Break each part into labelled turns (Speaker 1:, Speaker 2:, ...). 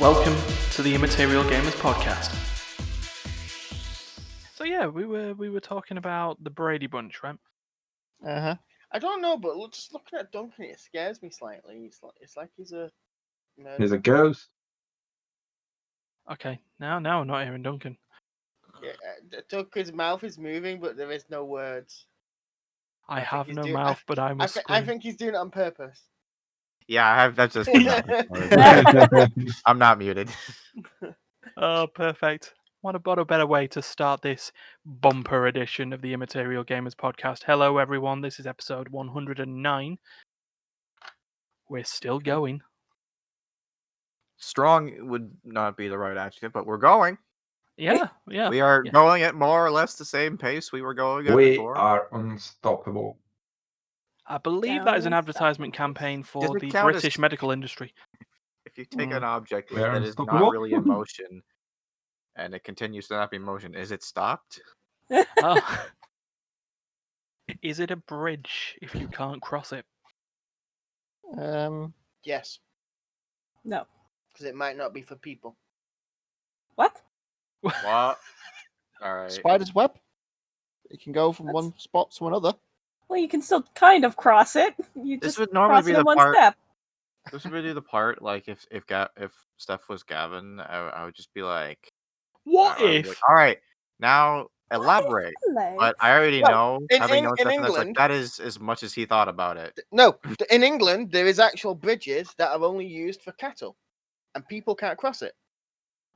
Speaker 1: Welcome to the Immaterial Gamers podcast. So yeah, we were we were talking about the Brady Bunch, right?
Speaker 2: Uh huh. I don't know, but look- just looking at Duncan, it scares me slightly. It's like it's like he's a. No,
Speaker 3: There's a ghost.
Speaker 1: Okay, now now I'm not hearing Duncan.
Speaker 2: yeah, uh, D- Duncan's mouth is moving, but there is no words.
Speaker 1: I,
Speaker 2: think
Speaker 1: have
Speaker 2: he's
Speaker 1: no
Speaker 2: doing- I-
Speaker 1: mouth, but I
Speaker 2: I,
Speaker 1: must
Speaker 2: thi- I
Speaker 1: scream.
Speaker 2: think he's doing it on purpose.
Speaker 4: Yeah, I've, I've just. I'm not muted.
Speaker 1: Oh, perfect. What about a better way to start this bumper edition of the Immaterial Gamers podcast? Hello, everyone. This is episode 109. We're still going.
Speaker 4: Strong would not be the right adjective, but we're going.
Speaker 1: Yeah, yeah.
Speaker 4: We are
Speaker 1: yeah.
Speaker 4: going at more or less the same pace we were going at
Speaker 3: we
Speaker 4: before.
Speaker 3: are unstoppable.
Speaker 1: I believe that is an
Speaker 2: Down
Speaker 1: advertisement
Speaker 2: south.
Speaker 1: campaign for
Speaker 4: it
Speaker 1: the
Speaker 4: count as-
Speaker 1: British medical industry.
Speaker 4: if you take
Speaker 3: Mm.
Speaker 4: an object
Speaker 3: We are
Speaker 4: that is
Speaker 3: unstoppable.
Speaker 4: not really in motion and it continues to not be in motion, is it stopped?
Speaker 1: Oh. Is it a bridge if you can't cross it?
Speaker 2: Um. Yes,
Speaker 5: No.
Speaker 2: because it might not be for people.
Speaker 5: What?
Speaker 4: What? All right.
Speaker 2: Spider's web. It can go from
Speaker 5: That's-
Speaker 2: one spot to another.
Speaker 5: Well, you can still kind of cross it. You
Speaker 4: This
Speaker 5: just
Speaker 4: would normally
Speaker 5: cross
Speaker 4: be
Speaker 5: it in
Speaker 4: the
Speaker 5: one
Speaker 4: part.
Speaker 5: step.
Speaker 4: This would be the part like if if Ga- if Steph was Gavin, I, I would just be like,
Speaker 1: What
Speaker 4: I would be
Speaker 1: if?
Speaker 4: like, All right, now elaborate. But I already
Speaker 2: Well,
Speaker 4: know,
Speaker 2: in
Speaker 4: having
Speaker 2: Eng-
Speaker 4: known
Speaker 2: in
Speaker 4: Stefan, that's like,
Speaker 2: England-
Speaker 4: that is as much as he thought about it.
Speaker 2: Th- No, th- in England there is actual bridges that are only used for cattle, and people can't cross it.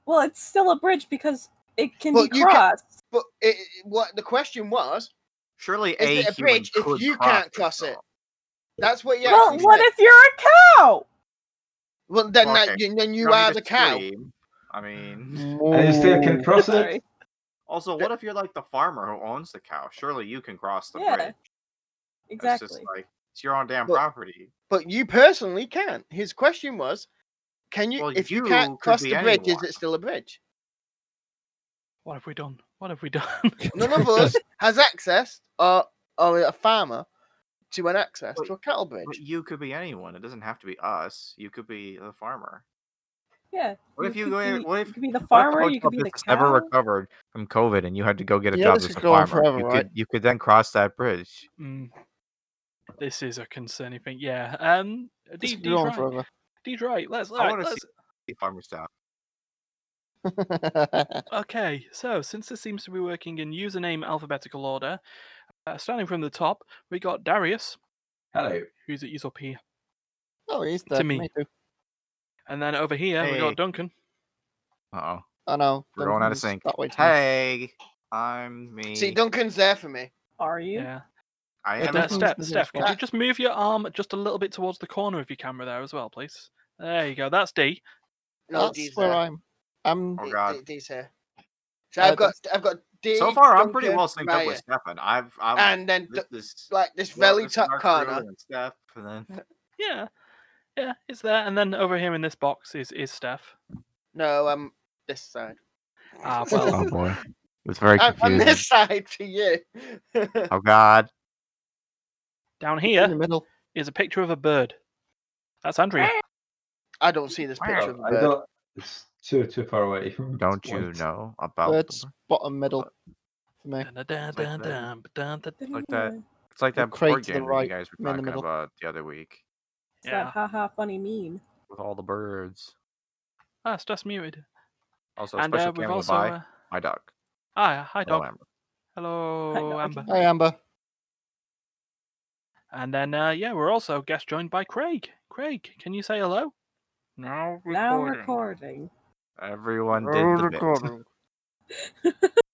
Speaker 5: Well, it's still a bridge because it can
Speaker 2: Well,
Speaker 5: be
Speaker 2: you can-
Speaker 5: crossed.
Speaker 2: But it, it- what the question was,
Speaker 4: Surely
Speaker 2: Is it a
Speaker 4: human
Speaker 2: bridge if
Speaker 4: could
Speaker 2: you can't cross it?
Speaker 4: though.
Speaker 2: that's what you
Speaker 5: well,
Speaker 2: actually
Speaker 5: what
Speaker 2: said.
Speaker 5: if you're a cow?
Speaker 2: Well, then, that,
Speaker 4: Okay.
Speaker 2: then you
Speaker 4: Don't need
Speaker 2: are
Speaker 4: to
Speaker 2: the cow. Mm.
Speaker 4: scream. I mean,
Speaker 3: And you still
Speaker 4: Oh.
Speaker 3: can cross
Speaker 5: Sorry.
Speaker 3: it.
Speaker 4: also, what if you're like the farmer who owns the cow? Surely you can cross the
Speaker 5: Yeah,
Speaker 4: bridge.
Speaker 5: Exactly.
Speaker 4: It's just like it's your own damn
Speaker 2: But-
Speaker 4: property.
Speaker 2: But you personally can't. His question was, can you?
Speaker 4: Well,
Speaker 2: if you,
Speaker 4: you
Speaker 2: can't
Speaker 4: could
Speaker 2: cross
Speaker 4: be
Speaker 2: the bridge,
Speaker 4: anyone.
Speaker 2: is it still a bridge?
Speaker 1: What have we done? What have we done?
Speaker 2: None of us has access, or or a farmer, to an access
Speaker 4: But-
Speaker 2: to a cattle
Speaker 4: But
Speaker 2: bridge.
Speaker 4: you could be anyone. It doesn't have to be us. You could be the farmer.
Speaker 5: yeah.
Speaker 4: What if you
Speaker 5: could
Speaker 4: go-
Speaker 5: Be,
Speaker 4: what if-
Speaker 5: you could be the
Speaker 4: What if the
Speaker 5: farmer? You
Speaker 4: hotel
Speaker 5: could be the
Speaker 4: business Never
Speaker 5: cow.
Speaker 4: recovered from COVID, and you had to go get a
Speaker 2: Yeah,
Speaker 4: job
Speaker 2: this
Speaker 4: as
Speaker 2: could
Speaker 4: a
Speaker 2: go on
Speaker 4: farmer.
Speaker 2: forever,
Speaker 4: you,
Speaker 2: right?
Speaker 4: could, you could then cross that bridge.
Speaker 1: Mm. This is a concerning thing. Yeah. Um.
Speaker 2: This
Speaker 1: Deed
Speaker 2: could go on
Speaker 1: right. Deed right. Let's. all
Speaker 4: I
Speaker 1: right,
Speaker 4: want to
Speaker 1: let's
Speaker 4: see the farmer stuff.
Speaker 2: forever.
Speaker 1: Okay, so since this seems to be working in username alphabetical order, uh, starting from the top, we got Darius,
Speaker 3: Hello.
Speaker 1: who's at user P,
Speaker 2: oh, he's there.
Speaker 1: me.
Speaker 2: me too.
Speaker 1: and then over here we
Speaker 4: Hey.
Speaker 1: got Duncan.
Speaker 4: Uh oh,
Speaker 2: I know.
Speaker 4: we're going out
Speaker 2: Duncan's
Speaker 4: of sync.
Speaker 2: That way to me.
Speaker 4: Hey, I'm me.
Speaker 2: See, Duncan's there for me.
Speaker 5: Are you?
Speaker 1: Yeah.
Speaker 4: I
Speaker 1: And,
Speaker 4: am.
Speaker 2: that-
Speaker 1: uh,
Speaker 4: a-
Speaker 1: Steph,
Speaker 2: Duncan's moving as
Speaker 1: Steph, could
Speaker 2: well.
Speaker 1: you just move your arm just a little bit towards the corner of your camera there as well, please? There you go. That's D.
Speaker 2: No, D's That's where there. I'm. I'm.
Speaker 4: Oh
Speaker 2: D-
Speaker 4: God.
Speaker 2: D- D's here. So
Speaker 5: Uh,
Speaker 2: I've got. I've got. D,
Speaker 4: So far, I'm pretty
Speaker 2: Duncan,
Speaker 4: well synced up
Speaker 2: Raya,
Speaker 4: with Stefan. I've, I'm
Speaker 2: And then
Speaker 4: this,
Speaker 2: d-
Speaker 4: this
Speaker 2: like this
Speaker 4: well,
Speaker 2: very
Speaker 4: this
Speaker 2: top
Speaker 4: dark blue
Speaker 2: corner.
Speaker 4: and Steph, and then
Speaker 1: Yeah. Yeah, it's there. And then over here in this box is is Steph.
Speaker 2: No, I'm this side.
Speaker 1: Ah, well.
Speaker 4: oh boy, it's very
Speaker 2: I'm on
Speaker 4: confusing.
Speaker 2: this side to you.
Speaker 4: Oh God,
Speaker 1: Down
Speaker 2: In the
Speaker 1: here
Speaker 2: middle.
Speaker 1: is a picture of a bird. That's Andrea.
Speaker 2: I don't see this picture of
Speaker 3: I
Speaker 2: the bird.
Speaker 3: don't. It's too too far away.
Speaker 4: don't you
Speaker 3: Wait.
Speaker 4: know about? the
Speaker 2: Bird's
Speaker 4: bird?
Speaker 2: bottom
Speaker 4: Uh,
Speaker 2: middle for me.
Speaker 4: It's like that.
Speaker 1: Dun-dun-dun-dun, ba-dun-dun.
Speaker 4: Like that.
Speaker 5: Is
Speaker 4: It's like
Speaker 2: The
Speaker 4: that
Speaker 2: crate
Speaker 4: board
Speaker 2: to the
Speaker 4: game that
Speaker 2: right,
Speaker 4: you guys
Speaker 2: me
Speaker 4: were
Speaker 2: in the
Speaker 4: talking
Speaker 2: middle.
Speaker 4: about the other week
Speaker 1: Yeah.
Speaker 5: that haha funny meme?
Speaker 4: with all the birds.
Speaker 1: Ah, it's just muted.
Speaker 4: Also,
Speaker 1: And
Speaker 4: special
Speaker 1: uh, we've
Speaker 4: cameo
Speaker 1: also.
Speaker 4: by
Speaker 1: uh,
Speaker 4: my dog.
Speaker 1: Ah, hi,
Speaker 4: Hello,
Speaker 1: dog.
Speaker 4: Amber.
Speaker 1: Hello,
Speaker 5: Hello,
Speaker 1: Amber.
Speaker 2: Hi, Amber.
Speaker 1: And then, uh, yeah, we're also guest joined by Craig. Craig, can you say hello? No.
Speaker 5: Now recording.
Speaker 4: Everyone did
Speaker 2: Oh,
Speaker 4: the bit.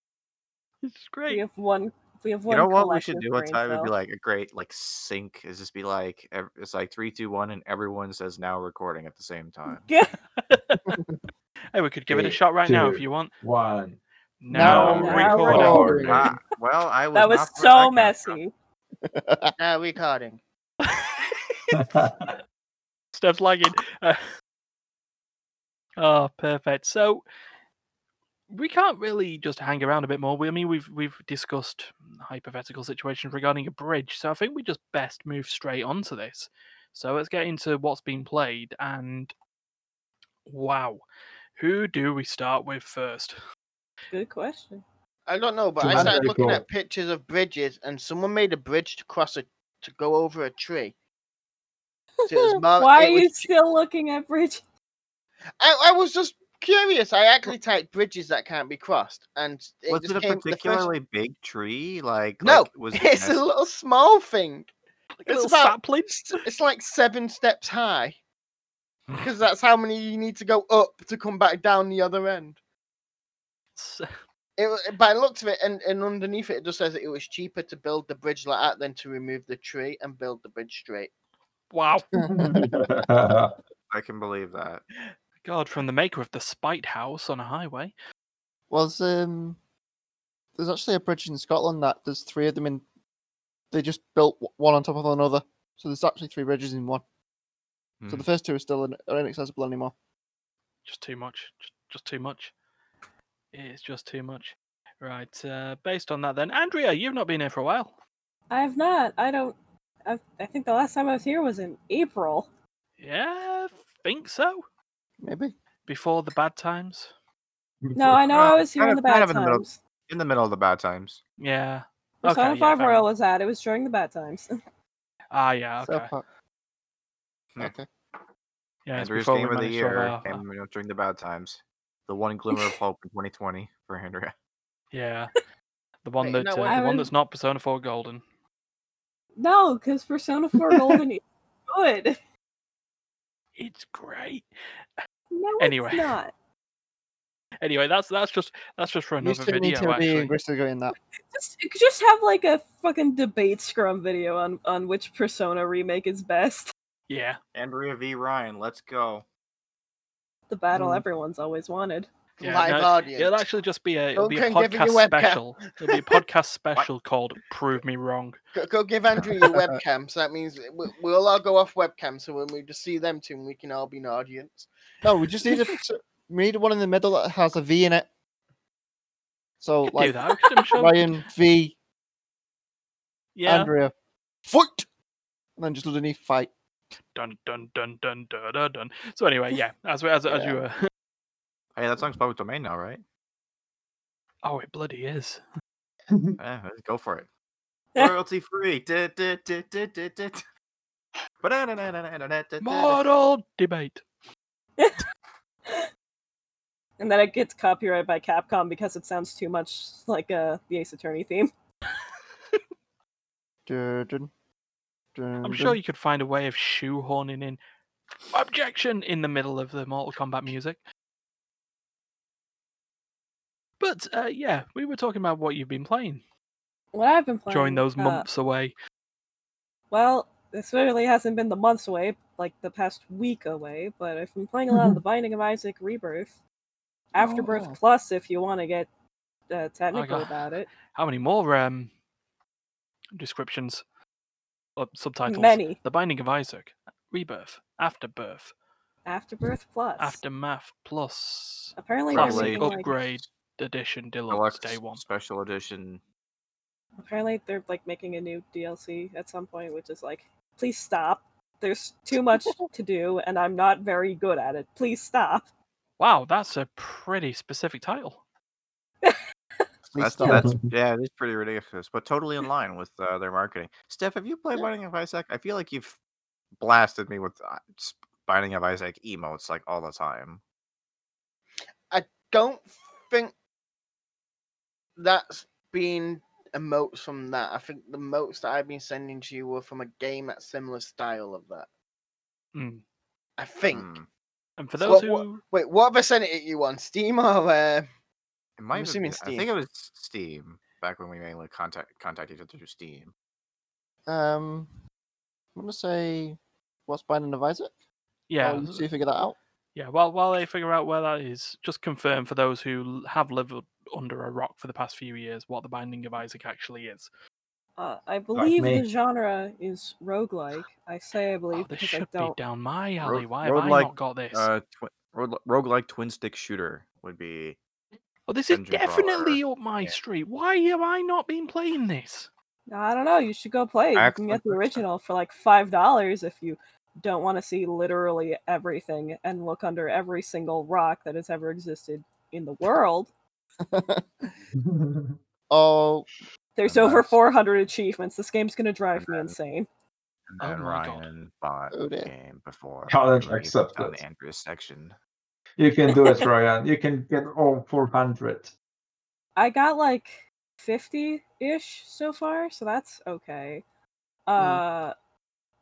Speaker 1: It's
Speaker 5: We
Speaker 1: great.
Speaker 5: have one. We have
Speaker 4: You
Speaker 5: one.
Speaker 4: know what we should do
Speaker 5: collective
Speaker 4: one
Speaker 5: brain
Speaker 4: time? It'd be
Speaker 5: cell.
Speaker 4: like a great like sync. Is just be like ev- it's like three, two, one, and everyone says now recording at the same time.
Speaker 1: Hey, we could give it a
Speaker 3: Three,
Speaker 1: shot right now if
Speaker 3: two,
Speaker 1: you want.
Speaker 3: One.
Speaker 1: Now,
Speaker 5: Now
Speaker 1: recording.
Speaker 5: recording.
Speaker 4: Ah, well, I was
Speaker 5: that was
Speaker 4: not part of
Speaker 5: so
Speaker 4: that kind of stuff.
Speaker 5: messy.
Speaker 2: Now recording.
Speaker 1: Steph's lagging. Uh, oh, perfect. So we can't really just hang around a bit more. We, I mean, we've we've discussed hypothetical situations regarding a bridge, so I think we just best move straight onto this. So let's get into what's been played, and Wow. Who do we start with first?
Speaker 5: Good question.
Speaker 2: I don't know, but
Speaker 3: So
Speaker 2: I
Speaker 3: that's
Speaker 2: started
Speaker 3: very
Speaker 2: looking
Speaker 3: cool.
Speaker 2: at pictures of bridges, and someone made a bridge to cross a to go over a tree. So it was mar-
Speaker 5: Why
Speaker 2: it
Speaker 5: are you
Speaker 2: was-
Speaker 5: still looking at bridge?
Speaker 2: I, I was just curious. I actually typed bridges that can't be crossed, and it
Speaker 4: was
Speaker 2: just
Speaker 4: it a
Speaker 2: came the first-
Speaker 4: particularly big tree? Like
Speaker 2: No,
Speaker 4: like, was it
Speaker 2: It's a
Speaker 4: nest-
Speaker 2: little small thing. It's
Speaker 1: Little
Speaker 2: about
Speaker 1: sapling?
Speaker 2: it's, it's like seven steps high, because that's how many you need to go up to come back down the other end.
Speaker 1: S-
Speaker 2: It, wa- by the looks of it, and, and underneath it, it just says that it was cheaper to build the bridge like that than to remove the tree and build the bridge straight.
Speaker 1: Wow.
Speaker 4: I can believe that.
Speaker 1: God, from the maker of the Spite House on a highway.
Speaker 6: Was um, there's actually a bridge in Scotland that there's three of them in. They just built w- one on top of another, so there's actually three bridges in one.
Speaker 1: Hmm.
Speaker 6: So the first two are still in, are inaccessible anymore.
Speaker 1: Just too much. Just, just too much. It's just too much. Right. Uh, based on that, then, Andrea, you've not been here for a while.
Speaker 5: I have not. I don't. I've, I think the last time I was here was in April.
Speaker 1: Yeah, think so.
Speaker 6: Maybe
Speaker 1: Before the bad times.
Speaker 5: No, I know I
Speaker 4: Uh,
Speaker 5: was here
Speaker 4: kind
Speaker 5: in
Speaker 4: of-
Speaker 5: the
Speaker 4: kind
Speaker 5: bad
Speaker 4: of in the middle.
Speaker 5: times.
Speaker 4: In the middle of the bad times.
Speaker 1: Yeah.
Speaker 5: Persona
Speaker 1: Okay, yeah,
Speaker 5: 5
Speaker 1: fair
Speaker 5: Royal
Speaker 1: enough.
Speaker 5: was at. It was during the bad times.
Speaker 1: Ah, yeah. Okay.
Speaker 6: South Park.
Speaker 4: Hmm.
Speaker 6: Okay.
Speaker 1: yeah, it's
Speaker 4: Andrew's
Speaker 1: before
Speaker 4: game
Speaker 1: we
Speaker 4: of the
Speaker 1: managed to uh, have
Speaker 4: year
Speaker 1: our-
Speaker 4: came you know, during the bad times. The one glimmer of hope in 2020 for Andrea.
Speaker 1: Yeah. The one
Speaker 2: Wait, you
Speaker 1: that
Speaker 2: know
Speaker 1: uh,
Speaker 2: what?
Speaker 1: the
Speaker 5: I
Speaker 1: one
Speaker 5: would-
Speaker 1: that's not Persona 4 Golden.
Speaker 5: no, because Persona 4 Golden is good.
Speaker 1: It's great.
Speaker 5: No,
Speaker 1: Anyway.
Speaker 5: it's not.
Speaker 1: Anyway, that's that's just that's just for
Speaker 6: You
Speaker 1: another
Speaker 6: still need
Speaker 1: video.
Speaker 6: to be
Speaker 1: Actually,
Speaker 6: aggressive in that.
Speaker 5: Just, you could just have like a fucking debate scrum video on, on which Persona remake is best.
Speaker 1: yeah.
Speaker 4: Andrea v Ryan, let's go.
Speaker 5: The battle
Speaker 6: Mm.
Speaker 5: everyone's always wanted.
Speaker 1: Yeah,
Speaker 2: Live
Speaker 1: no,
Speaker 2: audience.
Speaker 1: It'll actually just be a it'll
Speaker 2: Don't
Speaker 1: be a
Speaker 2: come give me your
Speaker 1: podcast
Speaker 2: webcam.
Speaker 1: special. It'll be a podcast special called "Prove Me Wrong."
Speaker 2: Go, go give Andrew your webcam. So that means we, we'll all go off webcam. So when we just see them two, we can all be an audience.
Speaker 6: No, we just need a s- we need one in the middle that has a V in it. So
Speaker 1: Could do
Speaker 6: like
Speaker 1: that. we could- I'm sure-
Speaker 6: Ryan V
Speaker 1: yeah.
Speaker 6: Andrea fight, and then just underneath fight.
Speaker 1: Dun dun dun dun dun dun dun. So anyway, yeah. As we- as as you uh, were.
Speaker 4: Hey, that song's public domain now, right?
Speaker 1: Oh, it bloody is.
Speaker 4: Yeah, let's go for it.
Speaker 5: Yeah.
Speaker 4: Royalty free. Du- du- du- du- du- du- du. Ba-da-da-da-da-da-da-da-da-da.
Speaker 1: Model debate.
Speaker 5: And then it gets copyrighted by Capcom because it sounds too much like uh, the Ace Attorney theme.
Speaker 1: I'm
Speaker 6: Mm-hmm.
Speaker 1: sure you could find a way of shoehorning in objection in the middle of the Mortal Kombat music. But uh, yeah, we were talking about what you've been playing
Speaker 5: What I've been playing
Speaker 1: during those
Speaker 5: uh,
Speaker 1: months away.
Speaker 5: Well, this really hasn't been the months away, like the past week away, but I've been playing a lot of The Binding of Isaac Rebirth. Afterbirth
Speaker 6: Oh.
Speaker 5: Plus, if you want to get uh, technical
Speaker 1: got-
Speaker 5: about it.
Speaker 1: How many more um, descriptions, uh, subtitles?
Speaker 5: Many.
Speaker 1: The Binding of Isaac, Rebirth, Afterbirth,
Speaker 5: Afterbirth Plus.
Speaker 1: Aftermath Plus,
Speaker 5: Apparently, they're
Speaker 4: Probably
Speaker 1: Classic
Speaker 5: making,
Speaker 4: like-
Speaker 5: like,
Speaker 1: Upgrade Edition Deluxe
Speaker 4: Deluxe
Speaker 1: Day One.
Speaker 4: special edition.
Speaker 5: apparently they're like making a new DLC at some point, which is like, please stop. There's too much to do, and I'm not very good at it. Please stop.
Speaker 1: Wow, that's a pretty specific title.
Speaker 4: That's, that's yeah, it's pretty ridiculous, but totally in line with uh, their marketing. Steph, have you played
Speaker 5: Yeah.
Speaker 4: Binding of Isaac? I feel like you've blasted me with uh, s- Binding of Isaac emotes like all the time.
Speaker 2: Don't think that's been emotes from that. I think the emotes that I've been sending to you were from a game that's similar style of that.
Speaker 1: Mm.
Speaker 2: I think.
Speaker 4: Hmm.
Speaker 1: And for
Speaker 2: So
Speaker 1: those
Speaker 2: what- what-
Speaker 1: who
Speaker 2: Wait, what have I sent it you on Steam or? Uh...
Speaker 4: It might have
Speaker 2: assuming
Speaker 4: been- I think it was Steam back when we mainly contact contact each other through Steam.
Speaker 6: Um, I'm gonna say what's Binding of Isaac.
Speaker 1: yeah,
Speaker 6: I'll Oh, see if we get that out.
Speaker 1: Yeah, well, while they figure out where that is, just confirm for those who l- have lived u- under a rock for the past few years what the Binding of Isaac actually is.
Speaker 5: Uh, I believe the
Speaker 3: me.
Speaker 5: genre is roguelike. I say I believe
Speaker 1: Oh, this
Speaker 5: because I
Speaker 1: should be
Speaker 5: don't.
Speaker 1: down my alley. Why have I
Speaker 4: roguelike,
Speaker 1: not got this?
Speaker 4: Uh, twi- rogue- roguelike twin stick shooter would be
Speaker 1: oh, this is
Speaker 4: dungeon
Speaker 1: definitely up my
Speaker 4: yeah.
Speaker 1: street. Why have I not been playing this?
Speaker 5: I don't know. You should go play. it. You can
Speaker 4: Excellent
Speaker 5: get the
Speaker 4: question.
Speaker 5: original for like five dollars if you don't want to see literally everything and look under every single rock that has ever existed in the world.
Speaker 6: Oh,
Speaker 5: There's
Speaker 4: And
Speaker 5: over
Speaker 4: that's-
Speaker 5: 400 achievements. This game's going to drive me
Speaker 4: then-
Speaker 5: insane.
Speaker 4: And
Speaker 1: Oh
Speaker 4: then
Speaker 1: my God.
Speaker 4: Ryan bought
Speaker 6: Oh,
Speaker 4: the
Speaker 6: dear.
Speaker 4: game before.
Speaker 3: Challenge
Speaker 4: we even
Speaker 3: accepted.
Speaker 4: found the Andrew section.
Speaker 3: You can do it, Ryan. You can get all 400.
Speaker 5: I got like 50 ish so far, so that's okay.
Speaker 4: Mm.
Speaker 5: Uh,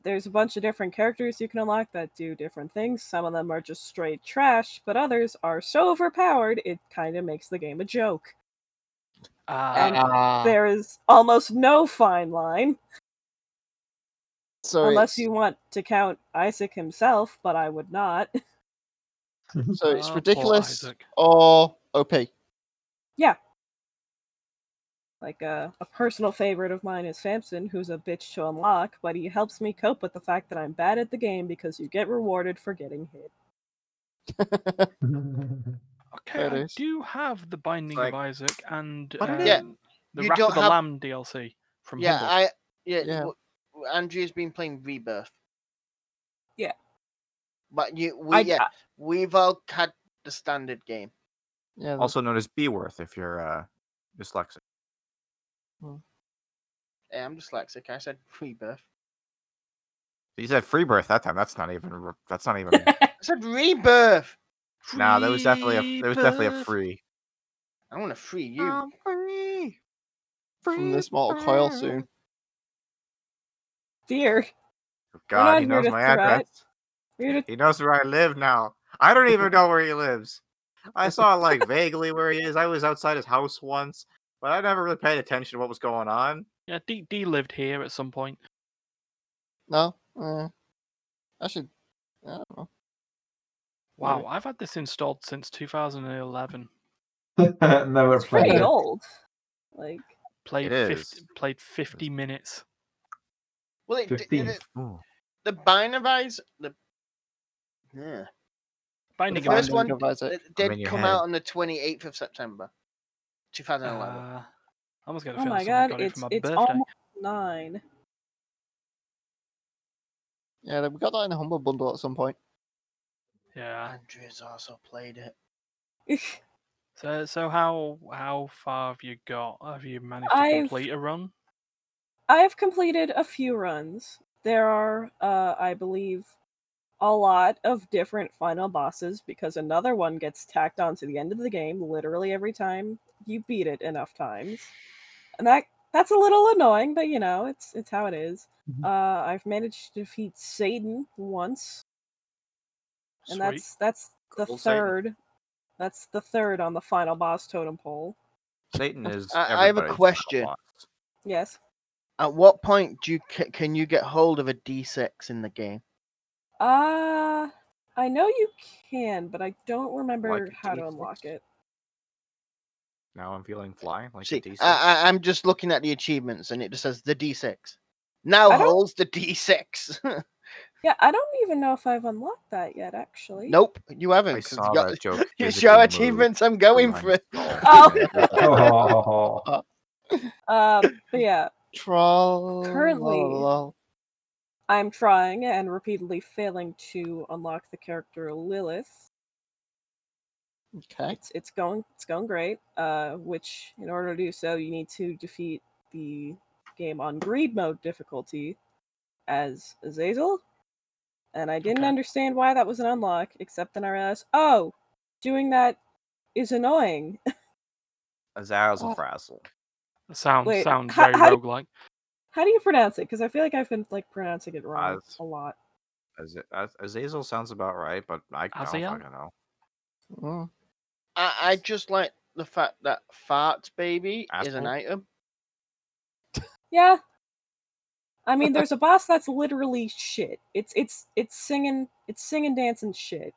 Speaker 5: There's a bunch of different characters you can unlock that do different things. Some of them are just straight trash, but others are so overpowered it kind of makes the game a joke. And
Speaker 1: Ah,
Speaker 6: ah.
Speaker 5: There is almost no fine line,
Speaker 6: so
Speaker 5: unless
Speaker 6: it's,
Speaker 5: you want to count Isaac himself, but I would not.
Speaker 6: so it's
Speaker 1: Ah, poor
Speaker 6: ridiculous
Speaker 1: Isaac.
Speaker 6: or OP.
Speaker 5: Like uh, a personal favorite of mine is Samson, who's a bitch to unlock, but he helps me cope with the fact that I'm bad at the game because you get rewarded for getting hit.
Speaker 1: okay,
Speaker 6: That
Speaker 1: I
Speaker 6: is.
Speaker 1: do have the Binding
Speaker 4: like-
Speaker 1: of Isaac and
Speaker 4: What
Speaker 2: it- Yeah,
Speaker 1: um, the
Speaker 2: you
Speaker 1: Wrath
Speaker 2: don't
Speaker 1: of the
Speaker 2: have-
Speaker 1: Lamb DLC from
Speaker 2: yeah,
Speaker 1: Humble.
Speaker 2: I yeah.
Speaker 6: Yeah.
Speaker 2: w- w- Andrea's been playing Rebirth.
Speaker 5: Yeah.
Speaker 2: But you, we,
Speaker 5: I, uh
Speaker 2: yeah, we've all had the standard game.
Speaker 6: Yeah.
Speaker 4: Also known as Beworth if you're uh, dyslexic.
Speaker 2: Eh, I'm dyslexic. I said Rebirth.
Speaker 4: You said free birth that time. That's not even. r- That's not even.
Speaker 2: I said Rebirth.
Speaker 4: nah, that was definitely a. There was definitely a
Speaker 1: Rebirth.
Speaker 4: free.
Speaker 2: I want to free you.
Speaker 5: Um,
Speaker 4: free. Oh
Speaker 6: from this Mortal Coil soon.
Speaker 5: dear,
Speaker 4: God,
Speaker 5: not
Speaker 4: he
Speaker 5: here
Speaker 4: knows
Speaker 5: to
Speaker 4: my
Speaker 5: threat.
Speaker 4: address.
Speaker 5: you're
Speaker 4: He knows where I live now. I don't even know where he lives. I saw like vaguely where he is. I was outside his house once, but I never really paid attention to what was going on.
Speaker 1: Yeah, D, D lived here at some point.
Speaker 6: No. Uh, I should. I don't know.
Speaker 1: Wow,
Speaker 6: Right.
Speaker 1: I've had this installed since 2011.
Speaker 3: Never
Speaker 5: It's pretty
Speaker 3: played it.
Speaker 5: old. Like,
Speaker 1: Played
Speaker 4: It
Speaker 1: 50,
Speaker 4: is.
Speaker 1: played 50 minutes.
Speaker 2: Well, it, d-
Speaker 3: 15.
Speaker 2: the,
Speaker 4: Ooh.
Speaker 2: the Binding of Isaac, the, yeah,
Speaker 1: Binding of
Speaker 2: first
Speaker 1: Isaac.
Speaker 2: one-
Speaker 6: Binding of Isaac.
Speaker 2: it
Speaker 4: in
Speaker 2: did
Speaker 4: your
Speaker 2: come
Speaker 4: head.
Speaker 2: out on the 28th of September, 2011.
Speaker 1: Uh, I almost got a
Speaker 5: oh
Speaker 1: feeling
Speaker 5: my
Speaker 1: someone
Speaker 5: god,
Speaker 1: got it
Speaker 5: it's
Speaker 1: for my
Speaker 5: it's
Speaker 1: birthday.
Speaker 5: almost nine.
Speaker 6: Yeah, we got that in a humble bundle at some point.
Speaker 4: Ah,
Speaker 1: Yeah.
Speaker 2: Andrew's also played it.
Speaker 1: So so how how far have you got? Have you managed to
Speaker 5: I've-
Speaker 1: complete a run?
Speaker 5: I have completed a few runs. There are, uh, I believe, a lot of different final bosses because another one gets tacked on to the end of the game literally every time you beat it enough times. And that that's a little annoying, but you know, it's it's how it is.
Speaker 3: Mhm.
Speaker 4: Mm-hmm.
Speaker 5: Uh, I've managed to defeat Satan once, and
Speaker 1: Sweet.
Speaker 5: that's that's the
Speaker 4: Cool, Satan.
Speaker 5: third. That's the third on the final boss totem pole.
Speaker 4: Satan is.
Speaker 2: I- I have a
Speaker 4: everybody's final
Speaker 2: question.
Speaker 4: boss.
Speaker 5: Yes.
Speaker 2: At what point do you ca- can you get hold of a D6 in the game?
Speaker 5: Uh I know you can, but I don't remember
Speaker 4: a
Speaker 5: how to
Speaker 4: D6?
Speaker 5: unlock it.
Speaker 4: Now I'm feeling fly like a
Speaker 2: See,
Speaker 4: decent.
Speaker 2: I, I, I'm just looking at the achievements, and it just says the D6 now
Speaker 5: I don't-
Speaker 2: holds the D6.
Speaker 5: Yeah, I don't even know if I've unlocked that yet, actually.
Speaker 2: nope, you haven't.
Speaker 4: I
Speaker 2: 'cause
Speaker 4: saw
Speaker 2: you got-
Speaker 4: that joke.
Speaker 2: It's
Speaker 4: physically
Speaker 2: your
Speaker 4: move
Speaker 2: achievements I'm
Speaker 4: through
Speaker 2: going
Speaker 4: my
Speaker 2: for.
Speaker 4: skull.
Speaker 5: Oh.
Speaker 4: And it-
Speaker 3: Oh,
Speaker 5: Uh, but yeah,
Speaker 6: Troll.
Speaker 5: Currently- I'm trying and repeatedly failing to unlock the character Lilith.
Speaker 6: Okay.
Speaker 5: It's it's going it's going great. Uh, which in order to do so, you need to defeat the game on greed mode difficulty as Azazel. And I didn't
Speaker 1: Okay.
Speaker 5: understand why that was an unlock, except then I realized, oh, doing that is annoying.
Speaker 4: a
Speaker 2: Oh.
Speaker 4: zazzle frazzle.
Speaker 1: That sound
Speaker 5: Wait,
Speaker 1: sounds
Speaker 5: how-
Speaker 1: very
Speaker 5: how do-
Speaker 1: roguelike.
Speaker 5: How do you pronounce it? Because I feel like I've been like pronouncing it wrong
Speaker 4: Az-
Speaker 5: a lot.
Speaker 4: Az- Az- Azazel sounds about right, but I, I don't
Speaker 1: Azazel?
Speaker 4: fucking know.
Speaker 6: Mm.
Speaker 2: I, I just like the fact that fart baby is an
Speaker 4: Asshole?
Speaker 2: item.
Speaker 5: Yeah. I mean, there's a boss that's literally shit. It's it's it's singing, it's singing, dancing shit.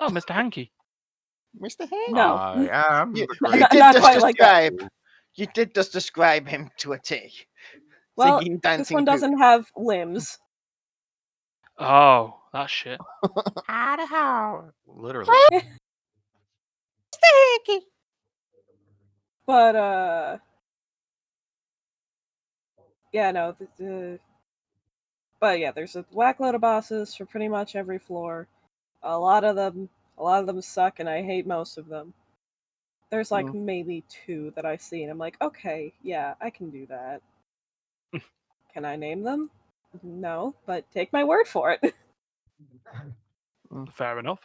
Speaker 1: Oh, Mr. Hanky.
Speaker 6: Mr. Hay.
Speaker 5: No.
Speaker 4: I am
Speaker 2: You,
Speaker 4: Uh,
Speaker 2: you
Speaker 4: the great
Speaker 5: Not-
Speaker 2: did
Speaker 5: not
Speaker 2: just
Speaker 5: quite like
Speaker 4: that.
Speaker 2: describe. you did just describe him to a T.
Speaker 5: Well,
Speaker 2: Singing,
Speaker 5: This
Speaker 2: dancing,
Speaker 5: one
Speaker 2: poop.
Speaker 5: doesn't have limbs.
Speaker 1: Oh, that shit.
Speaker 4: How to how? Literally.
Speaker 5: But uh, yeah, no. The, the... But yeah, there's a whackload of bosses for pretty much every floor. A lot of them, a lot of them suck, and I hate most of them. There's like
Speaker 6: Mm.
Speaker 5: maybe two that I see, and I'm like, okay, yeah, I can do that. can I name them? No, but take my word for it.
Speaker 1: Fair enough.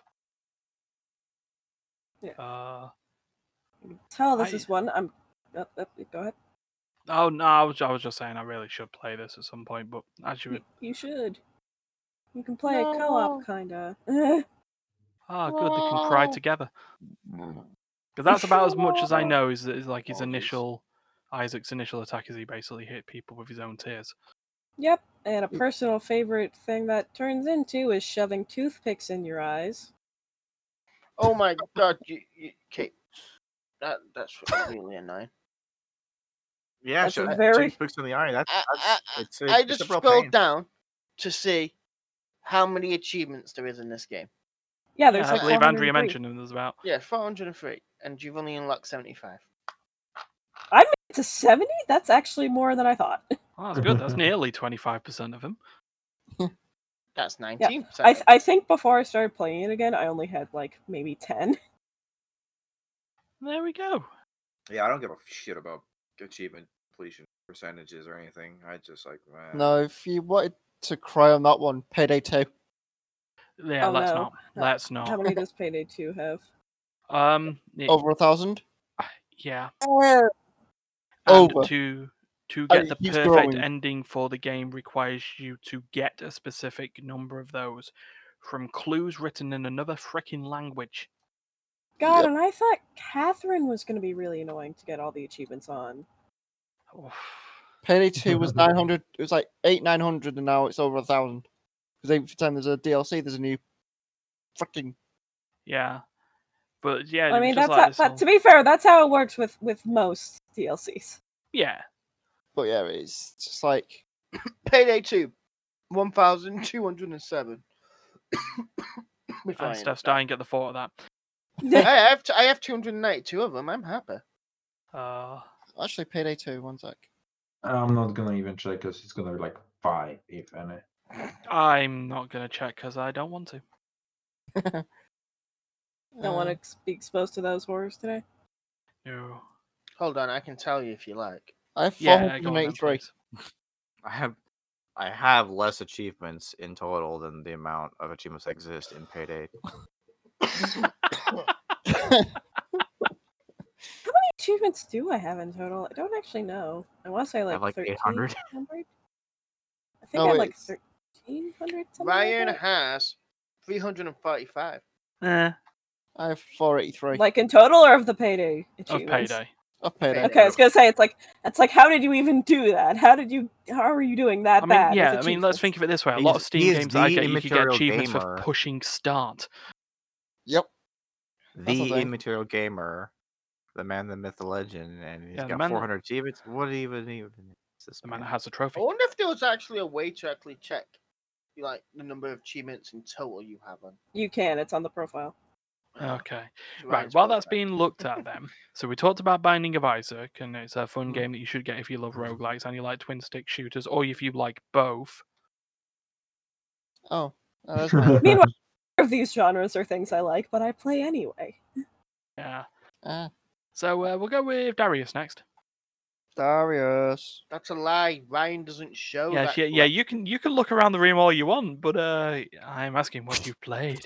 Speaker 5: Yeah.
Speaker 1: Uh,
Speaker 5: Tell this
Speaker 1: I-
Speaker 5: is one. I'm. Uh, uh, go ahead.
Speaker 1: oh no, I was, I was just saying I really should play this at some point, but as you
Speaker 5: You,
Speaker 1: were,
Speaker 5: you should. You can play a
Speaker 2: No.
Speaker 5: co-op, kinda. yeah,
Speaker 1: ah, good, they can cry
Speaker 2: Wow.
Speaker 1: together because that's about as much as I
Speaker 5: Wow.
Speaker 1: know. Is is like his
Speaker 4: Oh, jeez.
Speaker 1: initial Isaac's initial attack is he basically hit people with his own tears.
Speaker 5: Yep, and a
Speaker 1: Mm.
Speaker 5: personal favorite thing that turns into is shoving toothpicks in your eyes.
Speaker 2: Oh my god, you, you Kate. That that's really annoying.
Speaker 4: Yeah,
Speaker 5: That's a
Speaker 4: sure.
Speaker 5: very-
Speaker 4: Toothpicks in the eye. That's,
Speaker 2: I-
Speaker 4: that's it's, a-
Speaker 2: I
Speaker 4: it's
Speaker 2: just
Speaker 4: a real
Speaker 2: scrolled
Speaker 4: pain.
Speaker 2: down to see how many achievements there is in this game.
Speaker 5: Yeah, there's
Speaker 1: Yeah,
Speaker 5: like
Speaker 1: I believe Andrea
Speaker 5: 403.
Speaker 1: mentioned him. There's about
Speaker 2: Yeah, 403, and you've only unlocked 75.
Speaker 5: I made it to 70? That's actually more than I thought.
Speaker 1: oh, that's good. That's nearly twenty five percent of him.
Speaker 2: That's 19%.
Speaker 5: I, th- I think before I started playing it again, I only had like maybe 10.
Speaker 1: There we go.
Speaker 4: Yeah, I don't give a shit about achievement completion percentages or anything. I just like man.
Speaker 6: No, if you wanted to cry on that one, payday two.
Speaker 1: Yeah,
Speaker 5: Oh,
Speaker 1: let's
Speaker 5: no.
Speaker 1: not. Let's not.
Speaker 5: How many does Payday 2 have?
Speaker 1: Um, y-
Speaker 5: Oh.
Speaker 6: Over a thousand.
Speaker 1: yeah. and
Speaker 6: Over.
Speaker 1: to to
Speaker 6: Oh,
Speaker 1: get the
Speaker 6: it keeps
Speaker 1: perfect
Speaker 6: growing.
Speaker 1: ending for the game requires you to get a specific number of those from clues written in another freaking language.
Speaker 5: God, and I thought Catherine was going to be really annoying to get all the achievements on.
Speaker 1: Oof.
Speaker 6: Payday two was nine hundred. It was like eight nine hundred, and now it's over a thousand. Because every time there's a DLC, there's a new freaking
Speaker 1: Yeah, but yeah, it
Speaker 5: I
Speaker 1: was
Speaker 5: mean,
Speaker 1: just
Speaker 5: that's
Speaker 1: like
Speaker 5: how,
Speaker 1: this
Speaker 5: that,
Speaker 1: whole-
Speaker 5: to be fair, that's how it works with, with most DLCs.
Speaker 1: yeah,
Speaker 6: But yeah, it's just like
Speaker 2: Payday 2, 1,207. Before
Speaker 1: and
Speaker 2: I, end
Speaker 1: Steph's
Speaker 2: up dying.
Speaker 1: dying at the thought of that.
Speaker 2: I have t- I have 292 of them. I'm happy.
Speaker 1: Uh,
Speaker 6: actually payday two. One sec.
Speaker 3: I'm not gonna even check because it's gonna be like five, if any.
Speaker 1: I'm not gonna check because I don't want to.
Speaker 5: Don't want
Speaker 6: Uh,
Speaker 5: to be exposed to those horrors today.
Speaker 1: No.
Speaker 2: Hold on, I can tell you if you like.
Speaker 6: I have four
Speaker 1: Yeah,
Speaker 6: hundred
Speaker 1: go
Speaker 6: and
Speaker 1: on then,
Speaker 6: eighty-three.
Speaker 1: please.
Speaker 4: I have I have less achievements in total than the amount of achievements that exist in Payday.
Speaker 5: How many achievements do I have in total? I don't actually know. I want to say
Speaker 4: I
Speaker 5: like,
Speaker 4: have like
Speaker 5: 1300.
Speaker 4: 800.
Speaker 5: I think
Speaker 6: No,
Speaker 5: I have like
Speaker 6: it's-
Speaker 5: 1300 something.
Speaker 2: Ryan
Speaker 5: like, that.
Speaker 2: has 345.
Speaker 1: Eh,
Speaker 6: I have four eighty-three.
Speaker 5: Like, in total or of the payday
Speaker 1: of
Speaker 5: achievements?
Speaker 1: payday.
Speaker 6: of payday.
Speaker 2: Payday.
Speaker 5: Okay, I was gonna say it's like it's like how did you even do that? How did you how are you doing that
Speaker 1: I mean,
Speaker 5: bad? with
Speaker 1: yeah, I mean, let's
Speaker 5: achievements?
Speaker 1: think of it this way: a lot
Speaker 4: He's-
Speaker 1: of Steam
Speaker 4: he is
Speaker 1: games that I
Speaker 4: the
Speaker 1: get, you could get
Speaker 4: immaterial
Speaker 1: achievements for
Speaker 4: gamer.
Speaker 1: pushing start.
Speaker 6: Yep. That's a
Speaker 4: The
Speaker 6: thing.
Speaker 4: immaterial gamer, the man, the myth, the legend, and he's
Speaker 1: Yeah, the
Speaker 4: got
Speaker 1: man that-
Speaker 4: 400 achievements. What even even is this
Speaker 1: The man that
Speaker 4: man?
Speaker 1: has the trophy.
Speaker 2: I
Speaker 5: Oh.
Speaker 2: wonder if there was actually a way to actually check like the number of achievements in total you have on. uh,
Speaker 5: You can, it's on the profile.
Speaker 1: Okay.
Speaker 2: to
Speaker 1: Right,
Speaker 2: Ryan's
Speaker 1: while that's
Speaker 2: profile.
Speaker 1: being looked at, then, so we talked about Binding of Isaac, and it's a fun
Speaker 3: Mm-hmm.
Speaker 6: Mm.
Speaker 1: game that you should get if you love roguelikes and you like twin stick shooters, or if you like both.
Speaker 6: Oh, uh, that's mine.
Speaker 5: Meanwhile- None Of these genres are things I like, but I play anyway.
Speaker 1: Yeah.
Speaker 6: Ah,
Speaker 1: So uh, we'll go with Darius next.
Speaker 6: Darius.
Speaker 2: That's a lie. Ryan doesn't
Speaker 3: Oh,
Speaker 2: show.
Speaker 1: yeah,
Speaker 2: that
Speaker 1: yeah, yeah. You can you can look around the room all you want, but uh, I'm asking what you've played.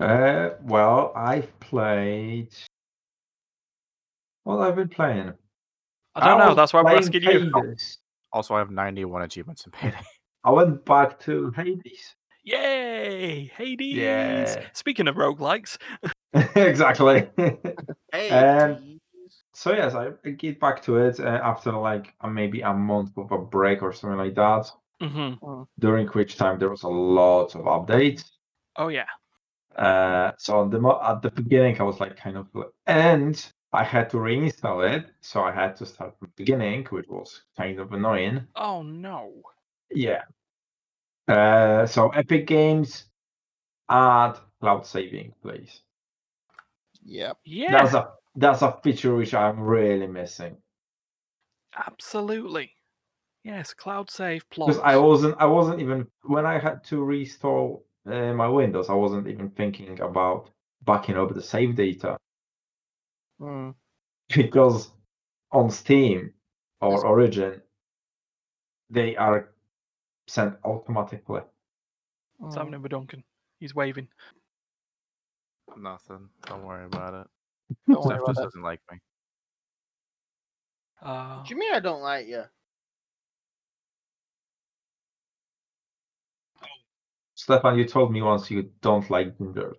Speaker 3: uh, well, I've played. Well, I've been playing.
Speaker 1: I don't know.
Speaker 3: was
Speaker 1: That's why we're
Speaker 3: playing
Speaker 1: asking you.
Speaker 3: Hades.
Speaker 4: Also, I have 91 achievements in Payday.
Speaker 3: I went back to Hades.
Speaker 1: Yay, Hades!
Speaker 3: Yeah.
Speaker 1: Speaking of roguelikes,
Speaker 3: exactly.
Speaker 4: Hey,
Speaker 3: Um, so yes, I I get back to it uh, after like uh, maybe a month of a break or something like that.
Speaker 1: mm-hmm.
Speaker 3: During which time there was a lot of updates.
Speaker 1: oh yeah,
Speaker 3: Uh, so on the mo- at the beginning, I was like kind of, like- and I had to reinstall it, so I had to start from the beginning, which was kind of annoying.
Speaker 1: oh no,
Speaker 3: Yeah. Uh, so Epic Games add cloud saving, please.
Speaker 6: Yep.
Speaker 1: yeah,
Speaker 3: That's a that's a feature which I'm really missing.
Speaker 1: absolutely. Yes, cloud save plot.
Speaker 3: Because I wasn't, I wasn't even when I had to restore uh, my Windows, I wasn't even thinking about backing up the save data
Speaker 6: Hmm.
Speaker 3: because on Steam or
Speaker 6: Yes.
Speaker 3: Origin, they are sent automatically.
Speaker 1: It's
Speaker 6: Hmm.
Speaker 1: happening with Duncan. He's waving.
Speaker 4: Nothing. Don't worry about it.
Speaker 6: Don't worry
Speaker 4: Steph
Speaker 6: about
Speaker 4: just
Speaker 6: that.
Speaker 4: doesn't like me.
Speaker 1: Uh,
Speaker 2: Do you mean I don't like you?
Speaker 3: Stefan, you told me once you don't like ginger.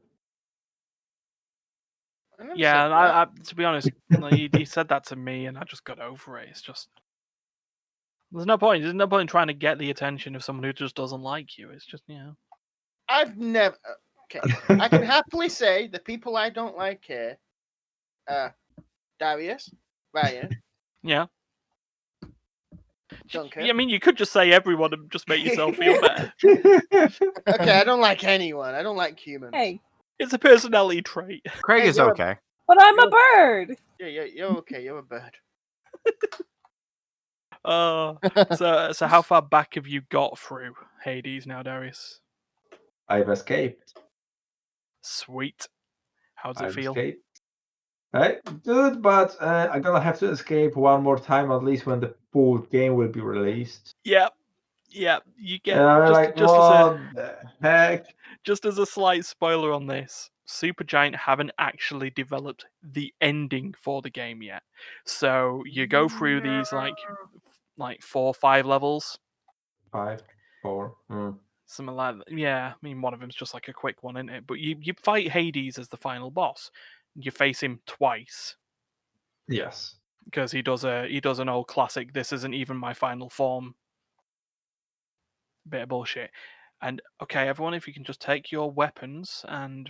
Speaker 2: I never
Speaker 1: yeah,
Speaker 2: said
Speaker 1: and
Speaker 2: that.
Speaker 1: I, I, to be honest, like, he, he said that to me, and I just got over it. It's just there's no point. There's no point in trying to get the attention of someone who just doesn't like you. It's just you know.
Speaker 2: I've never. I can happily say the people I don't like here are Darius, Ryan,
Speaker 1: Yeah.
Speaker 2: Duncan.
Speaker 1: Yeah, I mean, you could just say everyone and just make yourself feel better.
Speaker 2: Okay, I don't like anyone. I don't like humans.
Speaker 5: Hey,
Speaker 1: It's a personality trait.
Speaker 4: Craig
Speaker 2: Hey,
Speaker 4: is
Speaker 2: you're a-
Speaker 4: okay.
Speaker 5: but I'm a
Speaker 2: You're-
Speaker 5: bird.
Speaker 2: Yeah, yeah, you're okay. You're a bird.
Speaker 1: Uh, so, so how far back have you got through Hades now, Darius?
Speaker 3: I've escaped.
Speaker 1: Sweet. How does it
Speaker 3: I've
Speaker 1: feel?
Speaker 3: escaped. Right, good, but uh, I'm gonna have to escape one more time at least when the full game will be released.
Speaker 1: Yep. Yep. You get
Speaker 3: and I'm
Speaker 1: just,
Speaker 3: Uh, like,
Speaker 1: just as a
Speaker 3: what the heck?
Speaker 1: just as a slight spoiler on this, Supergiant haven't actually developed the ending for the game yet. So you go through these like like four or five levels.
Speaker 3: Five, four. mm.
Speaker 1: Something like that. Yeah, I mean one of them's just like a quick one, isn't it? But you, you fight Hades as the final boss. You face him twice
Speaker 3: Yes.
Speaker 1: because he does a he does an old classic this isn't even my final form bit of bullshit. And okay, everyone, if you can just take your weapons and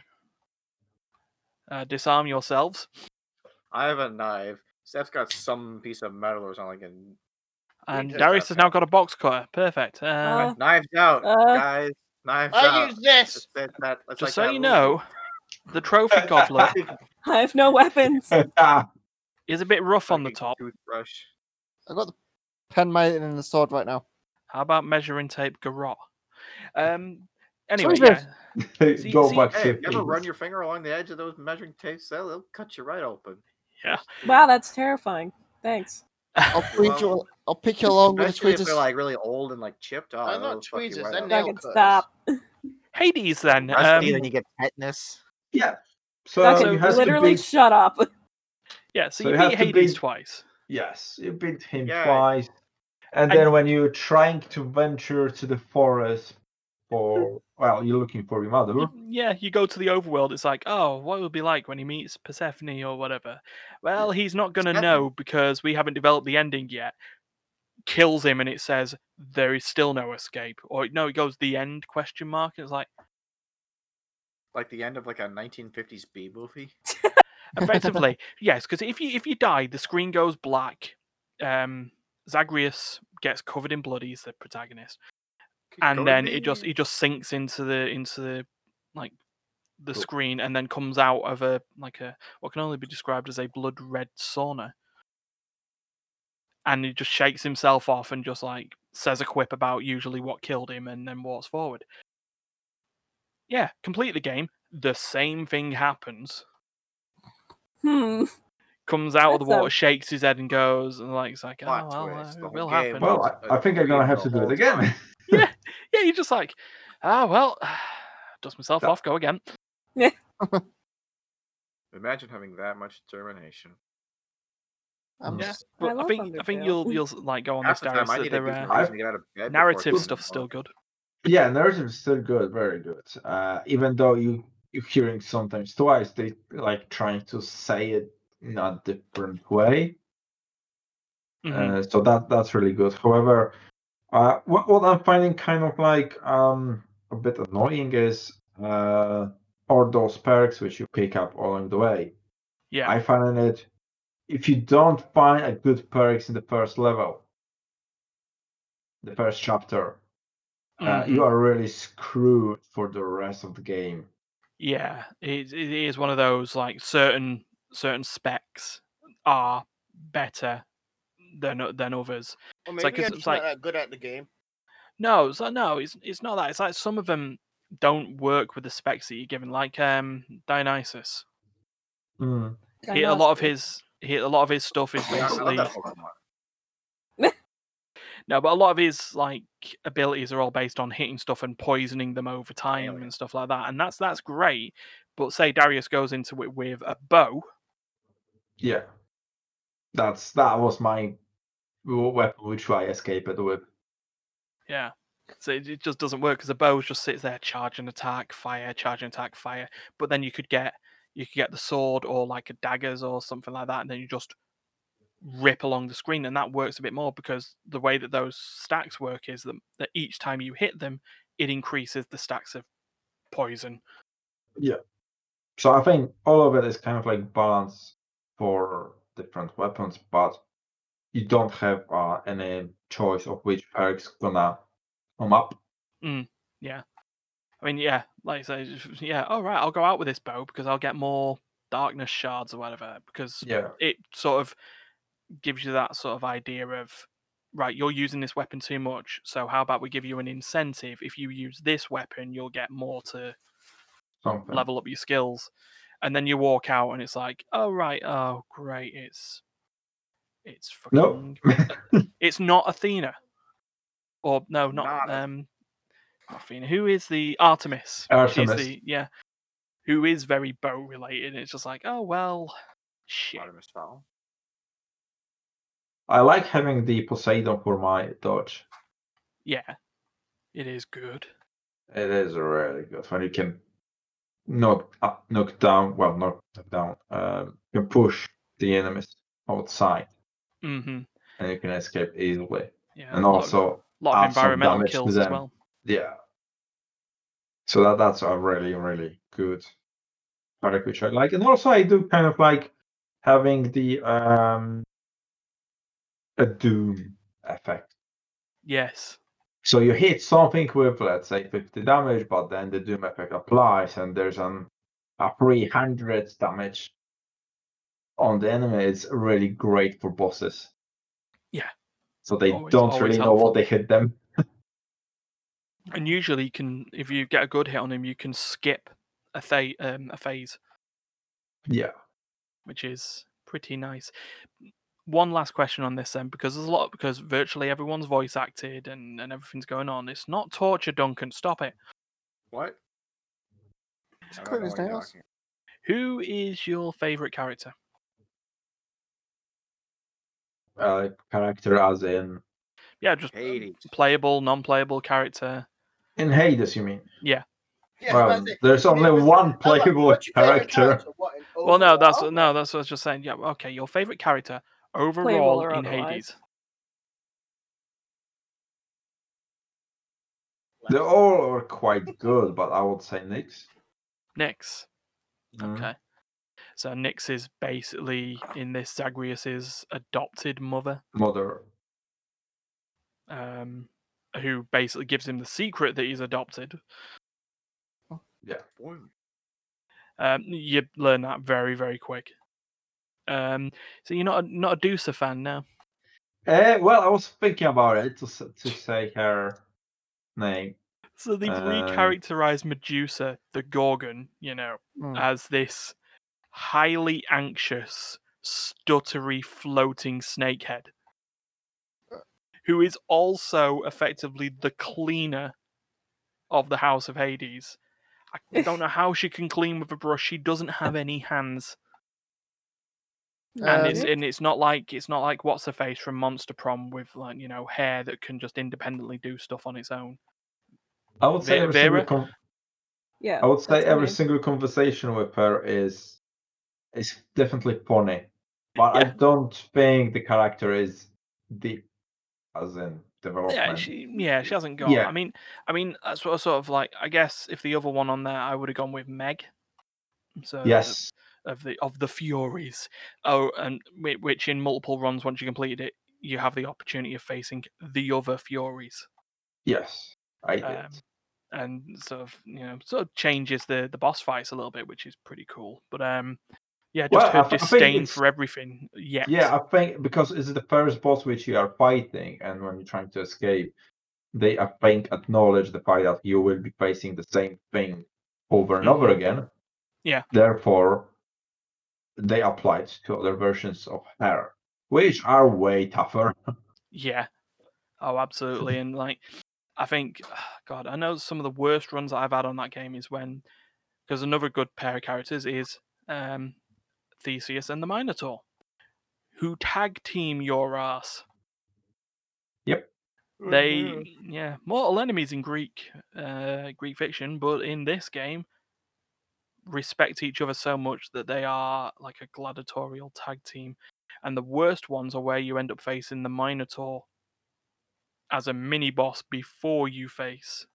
Speaker 1: uh, disarm yourselves.
Speaker 4: I have a knife. Steph's got some piece of metal or something. And
Speaker 1: And
Speaker 2: take
Speaker 1: Darius
Speaker 4: that
Speaker 1: has now
Speaker 4: now.
Speaker 1: got a box cutter. Perfect. Uh,
Speaker 5: Uh,
Speaker 4: knives out,
Speaker 5: Uh.
Speaker 4: guys. Knives
Speaker 2: I
Speaker 4: out.
Speaker 2: use this.
Speaker 4: It's that- that- it's like
Speaker 1: just so
Speaker 4: that
Speaker 1: you
Speaker 4: little-
Speaker 1: know, the trophy goblet
Speaker 5: I have no weapons.
Speaker 3: Ah,
Speaker 1: is a bit rough on the
Speaker 4: fucking
Speaker 1: top.
Speaker 4: Toothbrush.
Speaker 6: I've got the pen, mate, and the sword right now.
Speaker 1: How about measuring tape garrot? Um. Anyway,
Speaker 6: Sweet.
Speaker 1: yeah. See-
Speaker 3: Go
Speaker 1: see-
Speaker 3: back
Speaker 4: Hey,
Speaker 3: to
Speaker 4: if you ever run
Speaker 3: things.
Speaker 4: your finger along the edge of those measuring tapes, they'll, they'll cut you right open.
Speaker 5: Wow, that's terrifying. Thanks.
Speaker 6: I'll, tweet
Speaker 4: Well,
Speaker 6: you, I'll pick you along with the
Speaker 4: Especially if
Speaker 6: tweeters.
Speaker 4: they're like really old and like chipped. Oh,
Speaker 2: They're not
Speaker 4: they'll fuck you
Speaker 2: tweezers,
Speaker 4: right
Speaker 2: they're
Speaker 4: up.
Speaker 2: nail
Speaker 5: Duncan,
Speaker 2: cutters.
Speaker 5: stop.
Speaker 1: Hades then.
Speaker 4: Rusty,
Speaker 1: Um,
Speaker 4: then you get tetanus.
Speaker 3: Yeah. So
Speaker 1: Duncan,
Speaker 3: you
Speaker 5: Duncan,
Speaker 3: have to
Speaker 5: literally
Speaker 3: beat.
Speaker 5: shut up.
Speaker 1: yeah. So,
Speaker 3: so
Speaker 1: you
Speaker 3: you have
Speaker 1: beat
Speaker 3: to
Speaker 1: Hades
Speaker 3: beat-
Speaker 1: twice.
Speaker 3: Yes, you beat him
Speaker 4: Yeah.
Speaker 3: twice, and
Speaker 1: And-
Speaker 3: then when you're trying to venture to the forest for, well, you're looking for your mother.
Speaker 1: Y- Yeah, you go to the overworld. It's like, oh, what it would be like when he meets Persephone or whatever. Well, he's not going to
Speaker 4: Persephone.
Speaker 1: know because we haven't developed the ending yet. Kills him, and it says there is still no escape. Or no, it goes the end question mark. It's like
Speaker 4: Like the end of like a 1950s B movie.
Speaker 1: effectively yes, because if you if you die, the screen goes black. Um, Zagreus gets covered in blood. He's the protagonist, and
Speaker 4: Could
Speaker 1: then it just e
Speaker 4: be.
Speaker 1: it just sinks into the into the like the
Speaker 3: Cool.
Speaker 1: screen, and then comes out of a like a what can only be described as a blood red sauna. and he just shakes himself off and just like says a quip about usually what killed him and then walks forward. Yeah, complete the game. The same thing happens.
Speaker 5: Hmm.
Speaker 1: Comes out of the
Speaker 5: That's a-
Speaker 1: water, shakes his head, and goes, and like, it's like, oh,
Speaker 4: Plot
Speaker 1: well,
Speaker 4: twist,
Speaker 1: uh,
Speaker 4: the
Speaker 1: it
Speaker 4: whole
Speaker 1: will
Speaker 4: game
Speaker 1: happen.
Speaker 4: was-
Speaker 3: Well, I, I think I'm gonna have to do it again.
Speaker 1: yeah, you're just like, ah, well, dust myself
Speaker 3: Yeah.
Speaker 1: off, go again.
Speaker 4: Imagine having that much determination.
Speaker 6: I'm
Speaker 1: Yeah.
Speaker 6: s-
Speaker 5: I
Speaker 1: But I,
Speaker 5: love
Speaker 1: think I think
Speaker 5: Undertale.
Speaker 1: you'll you'll like go on
Speaker 4: Half
Speaker 1: this
Speaker 4: the time,
Speaker 1: Darius
Speaker 4: I
Speaker 1: that
Speaker 4: need a
Speaker 1: there
Speaker 4: good
Speaker 1: uh,
Speaker 4: reason to get out of bed. before Uh,
Speaker 1: narrative
Speaker 4: it's
Speaker 1: stuff's still
Speaker 4: dark.
Speaker 1: good.
Speaker 3: Yeah, narrative is still good, very good. Uh, even though you you're hearing sometimes twice, they like trying to say it in a different way.
Speaker 1: Mhm.
Speaker 3: Uh, so that that's really good. However, uh, what what I'm finding kind of like um a bit annoying is uh are those perks which you pick up along the way.
Speaker 1: yeah,
Speaker 4: uh,
Speaker 3: I find it if you don't find a good perks in the first level, the first chapter, uh,
Speaker 1: mhm.
Speaker 3: you are really screwed for the rest of the game.
Speaker 1: yeah. It, it is one of those like certain certain specs are better than o- than others.
Speaker 2: Or
Speaker 1: It's
Speaker 2: maybe
Speaker 1: like
Speaker 2: you're
Speaker 1: it's-
Speaker 2: just
Speaker 1: it's
Speaker 2: not
Speaker 1: like-
Speaker 2: that good at the game.
Speaker 1: No, so no, it's it's not that. It's like some of them don't work with the specs that you're given. Like um, Dionysus,
Speaker 3: Mm.
Speaker 1: he, a lot of his he, a lot of his stuff is
Speaker 4: Yeah, I love
Speaker 1: basically
Speaker 4: that Pokemon.
Speaker 1: no, but a lot of his like abilities are all based on hitting stuff and poisoning them over time
Speaker 4: yeah.
Speaker 1: and stuff like that. And that's that's great. But say Darius goes into it with a bow,
Speaker 3: Yeah, that's that was my w- weapon which I escaped with.
Speaker 1: Yeah. So it, it just doesn't work because the bow just sits there, charge and attack, fire, charge and attack, fire. But then you could get you could get the sword or like a daggers or something like that, and then you just rip along the screen, and that works a bit more because the way that those stacks work is that, that each time you hit them, it increases the stacks of poison.
Speaker 3: So I think all of it is kind of like balance for different weapons, but you don't have uh, any choice of which perks gonna come up.
Speaker 1: I mean, yeah, like I say, just- yeah, all right, I'll go out with this bow because I'll get more darkness shards or whatever because
Speaker 3: Yeah,
Speaker 1: it sort of gives you that sort of idea of right you're using this weapon too much so how about we give you an incentive if you use this weapon you'll get more to
Speaker 3: something.
Speaker 1: level up your skills and then you walk out and it's like oh right oh great it's it's fucking
Speaker 3: Nope.
Speaker 1: it's not athena or no not
Speaker 4: Not a-
Speaker 1: um not athena who is the artemis she's
Speaker 3: Artemis.
Speaker 1: the yeah who is very bow related and it's just like oh well shit
Speaker 4: Artemis Fowl.
Speaker 3: I like having the Poseidon for my dodge.
Speaker 1: yeah it is good
Speaker 3: It is really good when you can knock up, knock down, well, knock knock down, uh, you can push the enemies outside
Speaker 1: hmm
Speaker 3: and you can escape easily.
Speaker 1: Yeah,
Speaker 3: And
Speaker 1: a lot of-
Speaker 3: also,
Speaker 1: lot of
Speaker 3: add some
Speaker 1: environmental
Speaker 3: damage to
Speaker 1: kills as
Speaker 3: them.
Speaker 1: well.
Speaker 3: yeah. So that that's a really really good perk which I like, and also I do kind of like having the um a doom effect.
Speaker 1: Yes.
Speaker 3: So you hit something with let's say 50 damage, but then the doom effect applies, and there's an a 300 damage on the enemy. It's really great for bosses.
Speaker 1: Yeah.
Speaker 3: So they
Speaker 1: Always-
Speaker 3: don't
Speaker 1: always
Speaker 3: really know
Speaker 1: helpful.
Speaker 3: what they hit them.
Speaker 1: And usually you can if you get a good hit on him, you can skip a pha- um, a phase,
Speaker 3: Yeah.
Speaker 1: which is pretty nice. One last question on this then, because there's a lot because virtually everyone's voice acted and, and everything's going on. It's not torture, Duncan. Stop it.
Speaker 4: What? I don't
Speaker 6: clip
Speaker 4: know
Speaker 6: his
Speaker 4: what you're
Speaker 6: nails.
Speaker 4: talking-
Speaker 1: Who is your favourite character?
Speaker 3: Uh, character as in
Speaker 1: Yeah, just um,
Speaker 4: Hades.
Speaker 1: playable, non-playable character.
Speaker 3: in Hades, you mean?
Speaker 2: Yeah,
Speaker 3: Well,
Speaker 2: that's it.
Speaker 3: there's
Speaker 2: If it
Speaker 3: only
Speaker 2: was-
Speaker 3: one
Speaker 2: I'm like,
Speaker 3: playable
Speaker 2: what's your favourite
Speaker 3: character.
Speaker 2: What, in
Speaker 1: Well, no, that's
Speaker 2: overall?
Speaker 1: no, that's what I was just saying. Yeah, okay, your favourite character overall
Speaker 5: or
Speaker 1: in
Speaker 5: otherwise.
Speaker 1: Hades.
Speaker 3: They all are quite good, but I would say Nyx.
Speaker 1: Next.
Speaker 3: Mm.
Speaker 1: Okay. So Nyx is basically in this Zagreus's adopted mother,
Speaker 3: Mother.
Speaker 1: um, who basically gives him the secret that he's adopted.
Speaker 4: Boy,
Speaker 1: Um, you learn that very very quick. Um, so you're not a, not a Deucer fan now.
Speaker 3: Eh, well, I was thinking about it to, s- to say her name.
Speaker 1: So they've
Speaker 3: Uh,
Speaker 1: recharacterized Medusa, the Gorgon, you know,
Speaker 6: Mm.
Speaker 1: as this highly anxious, stuttery, floating snakehead, who is also effectively the cleaner of the House of Hades. I don't know how she can clean with a brush. She doesn't have any hands, and
Speaker 6: Um,
Speaker 1: it's and it's not like it's not like what's her face from Monster Prom with like you know hair that can just independently do stuff on its own.
Speaker 3: I would say
Speaker 1: Ve-
Speaker 3: every
Speaker 1: Vera?
Speaker 3: single con-
Speaker 5: Yeah.
Speaker 3: I would say
Speaker 5: Uh, that's the
Speaker 3: every
Speaker 5: name.
Speaker 3: single conversation with her is is definitely funny, but I
Speaker 1: Yeah.
Speaker 3: don't think the character is deep, as in development.
Speaker 1: Yeah, she yeah she hasn't got.
Speaker 3: Yeah.
Speaker 1: I mean, I mean that's what I sort of like. I guess if the other one on there, I would have gone with Meg. So the-
Speaker 3: yes.
Speaker 1: of the of the Furies. Oh, and whi- which in multiple runs, once you completed it, you have the opportunity of facing the other Furies,
Speaker 3: Yes. I did.
Speaker 1: um, and sort of you know sort of changes the the boss fights a little bit, which is pretty cool. But um, Yeah, just
Speaker 3: Well, I
Speaker 1: her
Speaker 3: th- I think
Speaker 1: disdain
Speaker 3: it's-
Speaker 1: for everything. Yet.
Speaker 3: Yeah, I think because it's the first boss which you are fighting, and when you're trying to escape, they I think acknowledge the fact that you will be facing the same thing over and over again.
Speaker 1: Mm-hmm. Yeah.
Speaker 3: Therefore, they applied to other versions of her, which are way tougher.
Speaker 1: Yeah. Oh, absolutely. And like, I think, God, I know some of the worst runs that I've had on that game is when, because another good pair of characters is um, Theseus and the Minotaur, who tag team your ass.
Speaker 3: Oh,
Speaker 1: They, yeah, mortal enemies in Greek, uh, Greek fiction, but in this game, respect each other so much that they are like a gladiatorial tag team. And the worst ones are where you end up facing the Minotaur as a mini boss before you face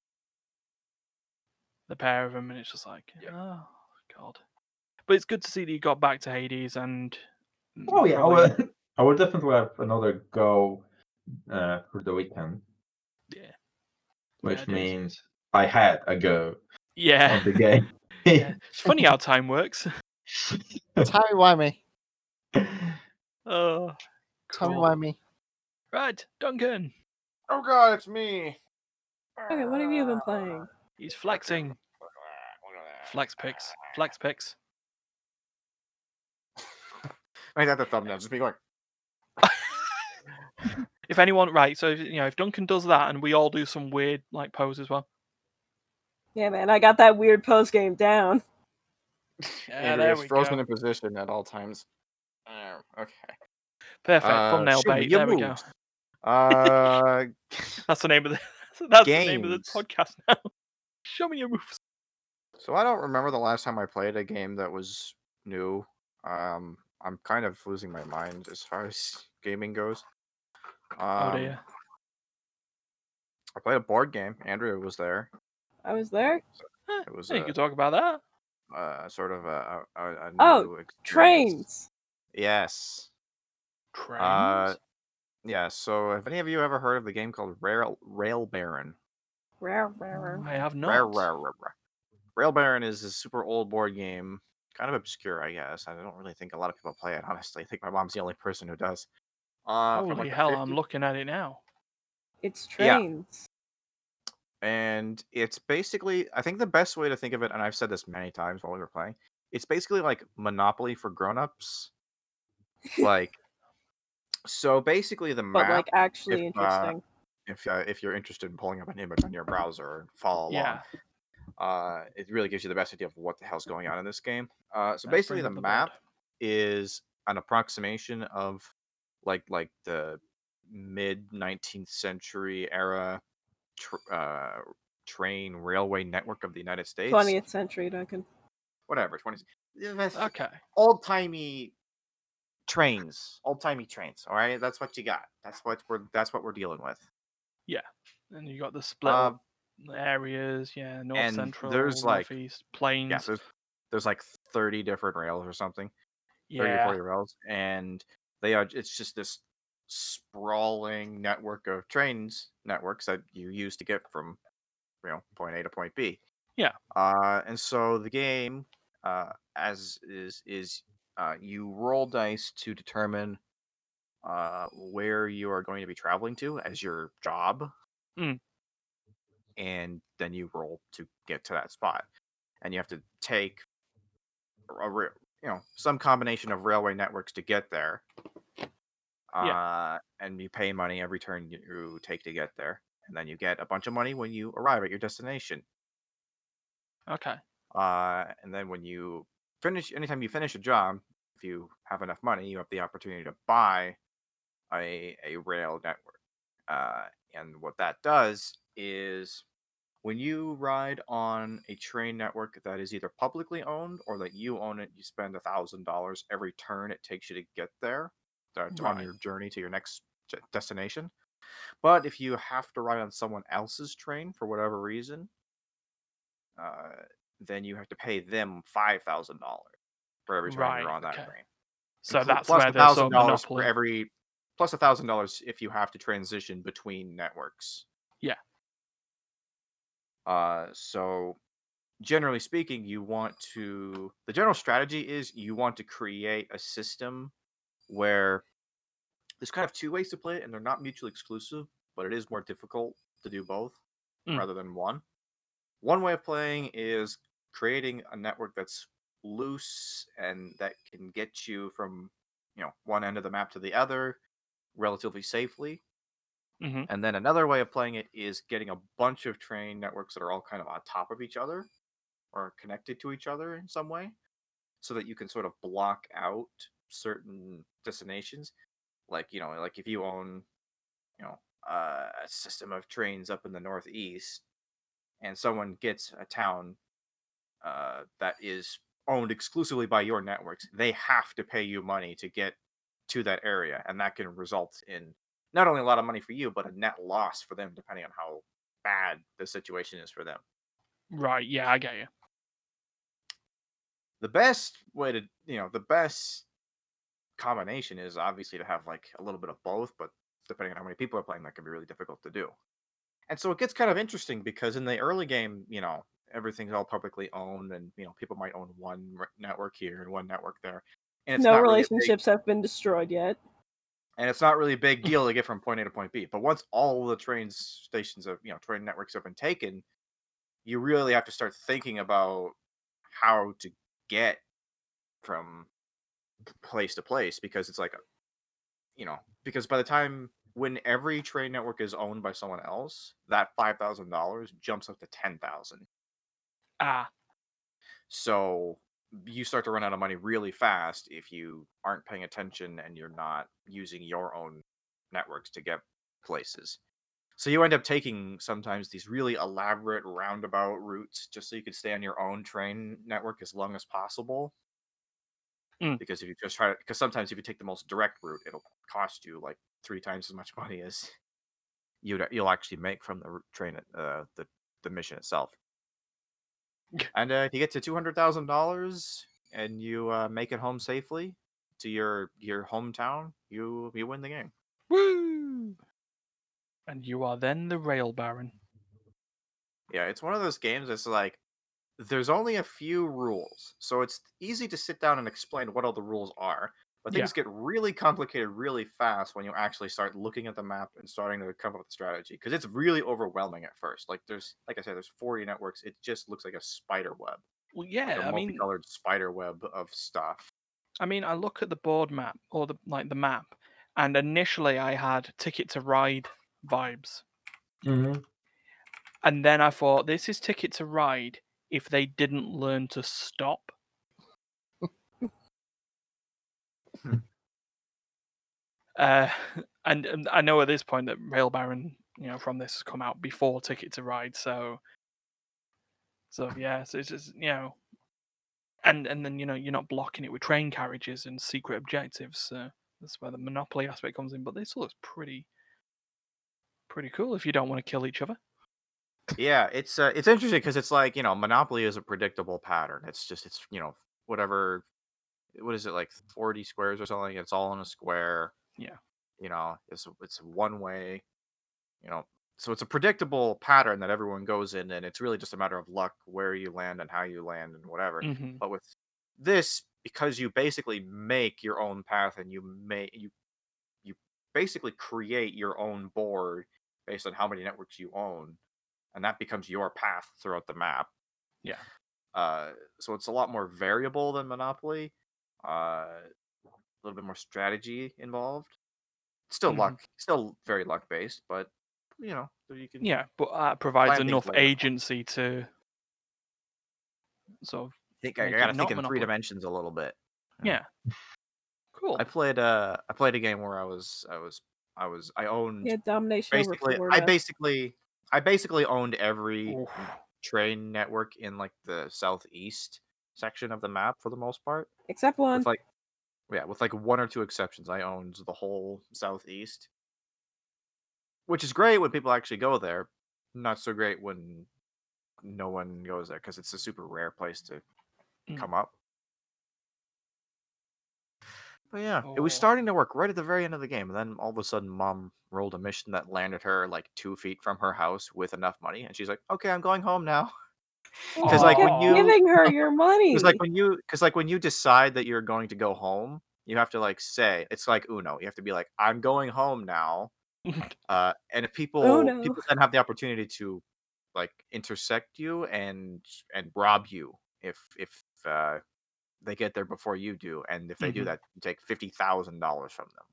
Speaker 1: the pair of them, and it's just like, oh god. But it's good to see that you got back to Hades, and
Speaker 3: Oh yeah, I
Speaker 1: probably-
Speaker 3: will. I will definitely have another go uh, for the weekend,
Speaker 1: yeah,
Speaker 3: which
Speaker 1: it is.
Speaker 3: means I had a go
Speaker 1: yeah.
Speaker 3: at the game.
Speaker 1: yeah. It's funny how time works.
Speaker 6: Timey wimey.
Speaker 1: Oh,
Speaker 6: Timey
Speaker 1: cool.
Speaker 6: wimey.
Speaker 1: Right, Duncan.
Speaker 2: Oh god, it's me.
Speaker 5: Okay, what have you been playing?
Speaker 1: He's flexing. Flex picks. Flex picks.
Speaker 4: Make that the thumbnail. Just be going.
Speaker 1: If anyone, right? So if, you know, if Duncan does that, and we all do some weird like pose as well.
Speaker 5: Yeah, man, I got that weird post game down.
Speaker 1: Yeah,
Speaker 4: Andrew
Speaker 1: there
Speaker 4: is
Speaker 1: we
Speaker 4: frozen
Speaker 1: go.
Speaker 4: in position at all times. Um, okay.
Speaker 1: Perfect.
Speaker 4: Uh,
Speaker 1: Thumbnail
Speaker 4: show me
Speaker 1: bait.
Speaker 4: your
Speaker 1: There we go.
Speaker 4: moves. Uh,
Speaker 1: That's the name of the. That's the name of the
Speaker 4: Games.
Speaker 1: podcast now. Show me your moves.
Speaker 4: so I don't remember the last time I played a game that was new. Um, I'm kind of losing my mind as far as gaming goes. Um,
Speaker 1: Oh dear.
Speaker 4: I played a board game. Andrea was there.
Speaker 5: I was there.
Speaker 1: Eh,
Speaker 4: It was
Speaker 1: I think
Speaker 4: a-
Speaker 1: you could talk about that.
Speaker 4: Uh, sort of a, a, a, a
Speaker 5: Oh,
Speaker 4: new experience.
Speaker 5: Trains.
Speaker 4: Yes.
Speaker 1: Trains.
Speaker 4: Uh, yeah. So, have any of you ever heard of the game called Rail Rail Baron?
Speaker 5: Rare, rare,
Speaker 1: I have not.
Speaker 4: Rare, rare, rare, rare. Rail Baron is a super old board game, kind of obscure, I guess. I don't really think a lot of people play it, honestly. I think my mom's the only person who does. Uh, from,
Speaker 1: Holy
Speaker 4: like, the
Speaker 1: hell! I'm
Speaker 4: 50s.
Speaker 1: looking at it now.
Speaker 5: It's
Speaker 4: Yeah.
Speaker 5: trains.
Speaker 4: And it's basically, I think the best way to think of it, and I've said this many times while we were playing, it's basically like Monopoly for grown-ups. like, so basically the map,
Speaker 5: But like actually
Speaker 4: if, uh,
Speaker 5: interesting.
Speaker 4: if uh, if you're interested in pulling up an image on your browser and follow along,
Speaker 1: Yeah.
Speaker 4: uh, it really gives you the best idea of what the hell's going on in this game. Uh, so
Speaker 1: Uh,
Speaker 4: basically,
Speaker 1: bring
Speaker 4: the
Speaker 1: up the board.
Speaker 4: map is an approximation of like like the mid 19th century era tr- uh, train railway network of the United States.
Speaker 5: 20th century, Duncan.
Speaker 4: Whatever, 20th.
Speaker 1: Okay.
Speaker 4: Old timey trains, old timey trains. All right, that's what you got. That's what we're that's what we're dealing with.
Speaker 1: And you got the split
Speaker 4: Uh,
Speaker 1: up areas. Yeah. North
Speaker 4: and
Speaker 1: central.
Speaker 4: there's, like-
Speaker 1: northeast plains.
Speaker 4: yeah, so there's, there's like 30 different rails or something. 30 or
Speaker 1: Yeah.
Speaker 4: 40 rails and they are it's just this sprawling network of trains networks that you use to get from you know point a to point b
Speaker 1: Yeah.
Speaker 4: uh and so the game uh as is is uh you roll dice to determine uh where you are going to be traveling to as your job
Speaker 1: Mm.
Speaker 4: and then you roll to get to that spot and you have to take a ra- you know some combination of railway networks to get there uh and you pay money every turn you take to get there and then you get a bunch of money when you arrive at your destination
Speaker 1: Okay.
Speaker 4: uh and then when you finish anytime you finish a job if you have enough money you have the opportunity to buy a a rail network uh and what that does is when you ride on a train network that is either publicly owned or that you own it, you spend a thousand dollars every turn it takes you to get there uh, to- on
Speaker 1: Right.
Speaker 4: your journey to your next j- destination. But if you have to ride on someone else's train for whatever reason, uh, then you have to pay them five thousand dollars for every time
Speaker 1: Right,
Speaker 4: you're on that
Speaker 1: okay.
Speaker 4: train. and
Speaker 1: So
Speaker 4: pl-
Speaker 1: that's
Speaker 4: plus
Speaker 1: where the
Speaker 4: thousand
Speaker 1: sort of
Speaker 4: dollars for
Speaker 1: monopoly.
Speaker 4: every plus a thousand dollars if you have to transition between networks.
Speaker 1: Yeah.
Speaker 4: Uh, so generally speaking, you want to the general strategy is you want to create a system where there's kind of two ways to play it, and they're not mutually exclusive, but it is more difficult to do both
Speaker 1: Mm.
Speaker 4: rather than one. One way of playing is creating a network that's loose and that can get you from you know one end of the map to the other relatively safely.
Speaker 1: Mhm.
Speaker 4: And then another way of playing it is getting a bunch of train networks that are all kind of on top of each other or connected to each other in some way so that you can sort of block out certain destinations. Like, you know, like if you own, you know, uh, a system of trains up in the northeast and someone gets a town uh, that is owned exclusively by your networks, they have to pay you money to get to that area. And that can result in not only a lot of money for you, but a net loss for them, depending on how bad the situation is for them.
Speaker 1: Right, yeah, I get you.
Speaker 4: The best way to, you know, the best combination is obviously to have like a little bit of both, but depending on how many people are playing, that can be really difficult to do. And so it gets kind of interesting because in the early game, you know, everything's all publicly owned and, you know, people might own one re- network here and one network there. And it's
Speaker 5: no
Speaker 4: not really a big-
Speaker 5: relationships have been destroyed yet.
Speaker 4: and it's not really a big deal to get from point A to point B. But once all the train stations of you know train networks have been taken, you really have to start thinking about how to get from p- place to place because it's like you know because by the time when every train network is owned by someone else, that five thousand dollars jumps up to ten thousand.
Speaker 1: Ah,
Speaker 4: So you start to run out of money really fast if you aren't paying attention and you're not using your own networks to get places. So you end up taking sometimes these really elaborate roundabout routes just so you could stay on your own train network as long as possible.
Speaker 1: Mm.
Speaker 4: Because if you just try to, because sometimes if you take the most direct route, it'll cost you like three times as much money as you'd you'll actually make from the r- train it- uh, the the mission itself. And uh, if you get to two hundred thousand dollars and you uh, make it home safely to your your hometown, you you win the game.
Speaker 1: woo! And you are then the rail baron.
Speaker 4: Yeah, it's one of those games that's like there's only a few rules, so it's easy to sit down and explain what all the rules are. But
Speaker 1: Yeah.
Speaker 4: things get really complicated really fast when you actually start looking at the map and starting to come up with a strategy because it's really overwhelming at first. Like there's, like I said, there's 40 networks. It just looks like a spider web,
Speaker 1: Well,
Speaker 4: like
Speaker 1: yeah,
Speaker 4: a
Speaker 1: I mean,
Speaker 4: multicolored spider web of stuff.
Speaker 1: I mean, I look at the board map or the like the map, and initially I had Ticket to Ride vibes,
Speaker 3: Mhm.
Speaker 1: and then I thought this is Ticket to Ride if they didn't learn to stop.
Speaker 4: Hmm.
Speaker 1: uh, and, and I know at this point that Rail Baron, you know, from this has come out before Ticket to Ride, so so yeah, so it's just you know. And, and then you know you're not blocking it with train carriages and secret objectives, so that's where the monopoly aspect comes in. But this looks pretty, pretty cool if you don't want to kill each other.
Speaker 4: yeah it's uh, it's interesting because it's like you know monopoly is a predictable pattern it's just it's you know whatever what is it like 40 squares or something it's all in a square
Speaker 1: Yeah.
Speaker 4: you know it's it's one way you know so it's a predictable pattern that everyone goes in and it's really just a matter of luck where you land and how you land and whatever
Speaker 1: Mm-hmm.
Speaker 4: but with this because you basically make your own path and you make you you basically create your own board based on how many networks you own and that becomes your path throughout the map
Speaker 1: Yeah.
Speaker 4: uh, so it's a lot more variable than monopoly uh, a little bit more strategy involved still
Speaker 1: Mhm.
Speaker 4: luck still very luck based but you know so you can
Speaker 1: Yeah, but that provides
Speaker 4: Plan things
Speaker 1: enough
Speaker 4: later.
Speaker 1: agency to sort of
Speaker 4: think i
Speaker 1: make it
Speaker 4: gotta
Speaker 1: not
Speaker 4: think in three
Speaker 1: Monopoly.
Speaker 4: dimensions a little bit
Speaker 1: yeah. Cool.
Speaker 4: I played uh I played a game where I was I was I was I owned
Speaker 5: Yeah, domination
Speaker 4: basically
Speaker 5: over Florida. Oh.
Speaker 4: I basically I basically owned every
Speaker 1: Oof.
Speaker 4: train network in like the southeast section of the map for the most part.
Speaker 5: Except one.
Speaker 4: With like yeah, with like one or two exceptions. I owned the whole southeast. Which is great when people actually go there. Not so great when no one goes there because it's a super rare place to
Speaker 1: Mm.
Speaker 4: come up. But yeah, it was
Speaker 1: Oh.
Speaker 4: starting to work right at the very end of the game, and then all of a sudden, mom rolled a mission that landed her like two feet from her house with enough money, and she's like, "Okay, I'm going home now." Because, like, when
Speaker 5: Kept
Speaker 4: you-
Speaker 5: Oh, giving her your money.
Speaker 4: Because like when you because like when you decide that you're going to go home, you have to like say it's like Uno. You have to be like, I'm going home now. uh, and if people
Speaker 5: Uno.
Speaker 4: people then have the opportunity to like intersect you and and rob you if if uh, they get there before you do, and if they do
Speaker 1: Mhm.
Speaker 4: that, you take fifty thousand dollars from them.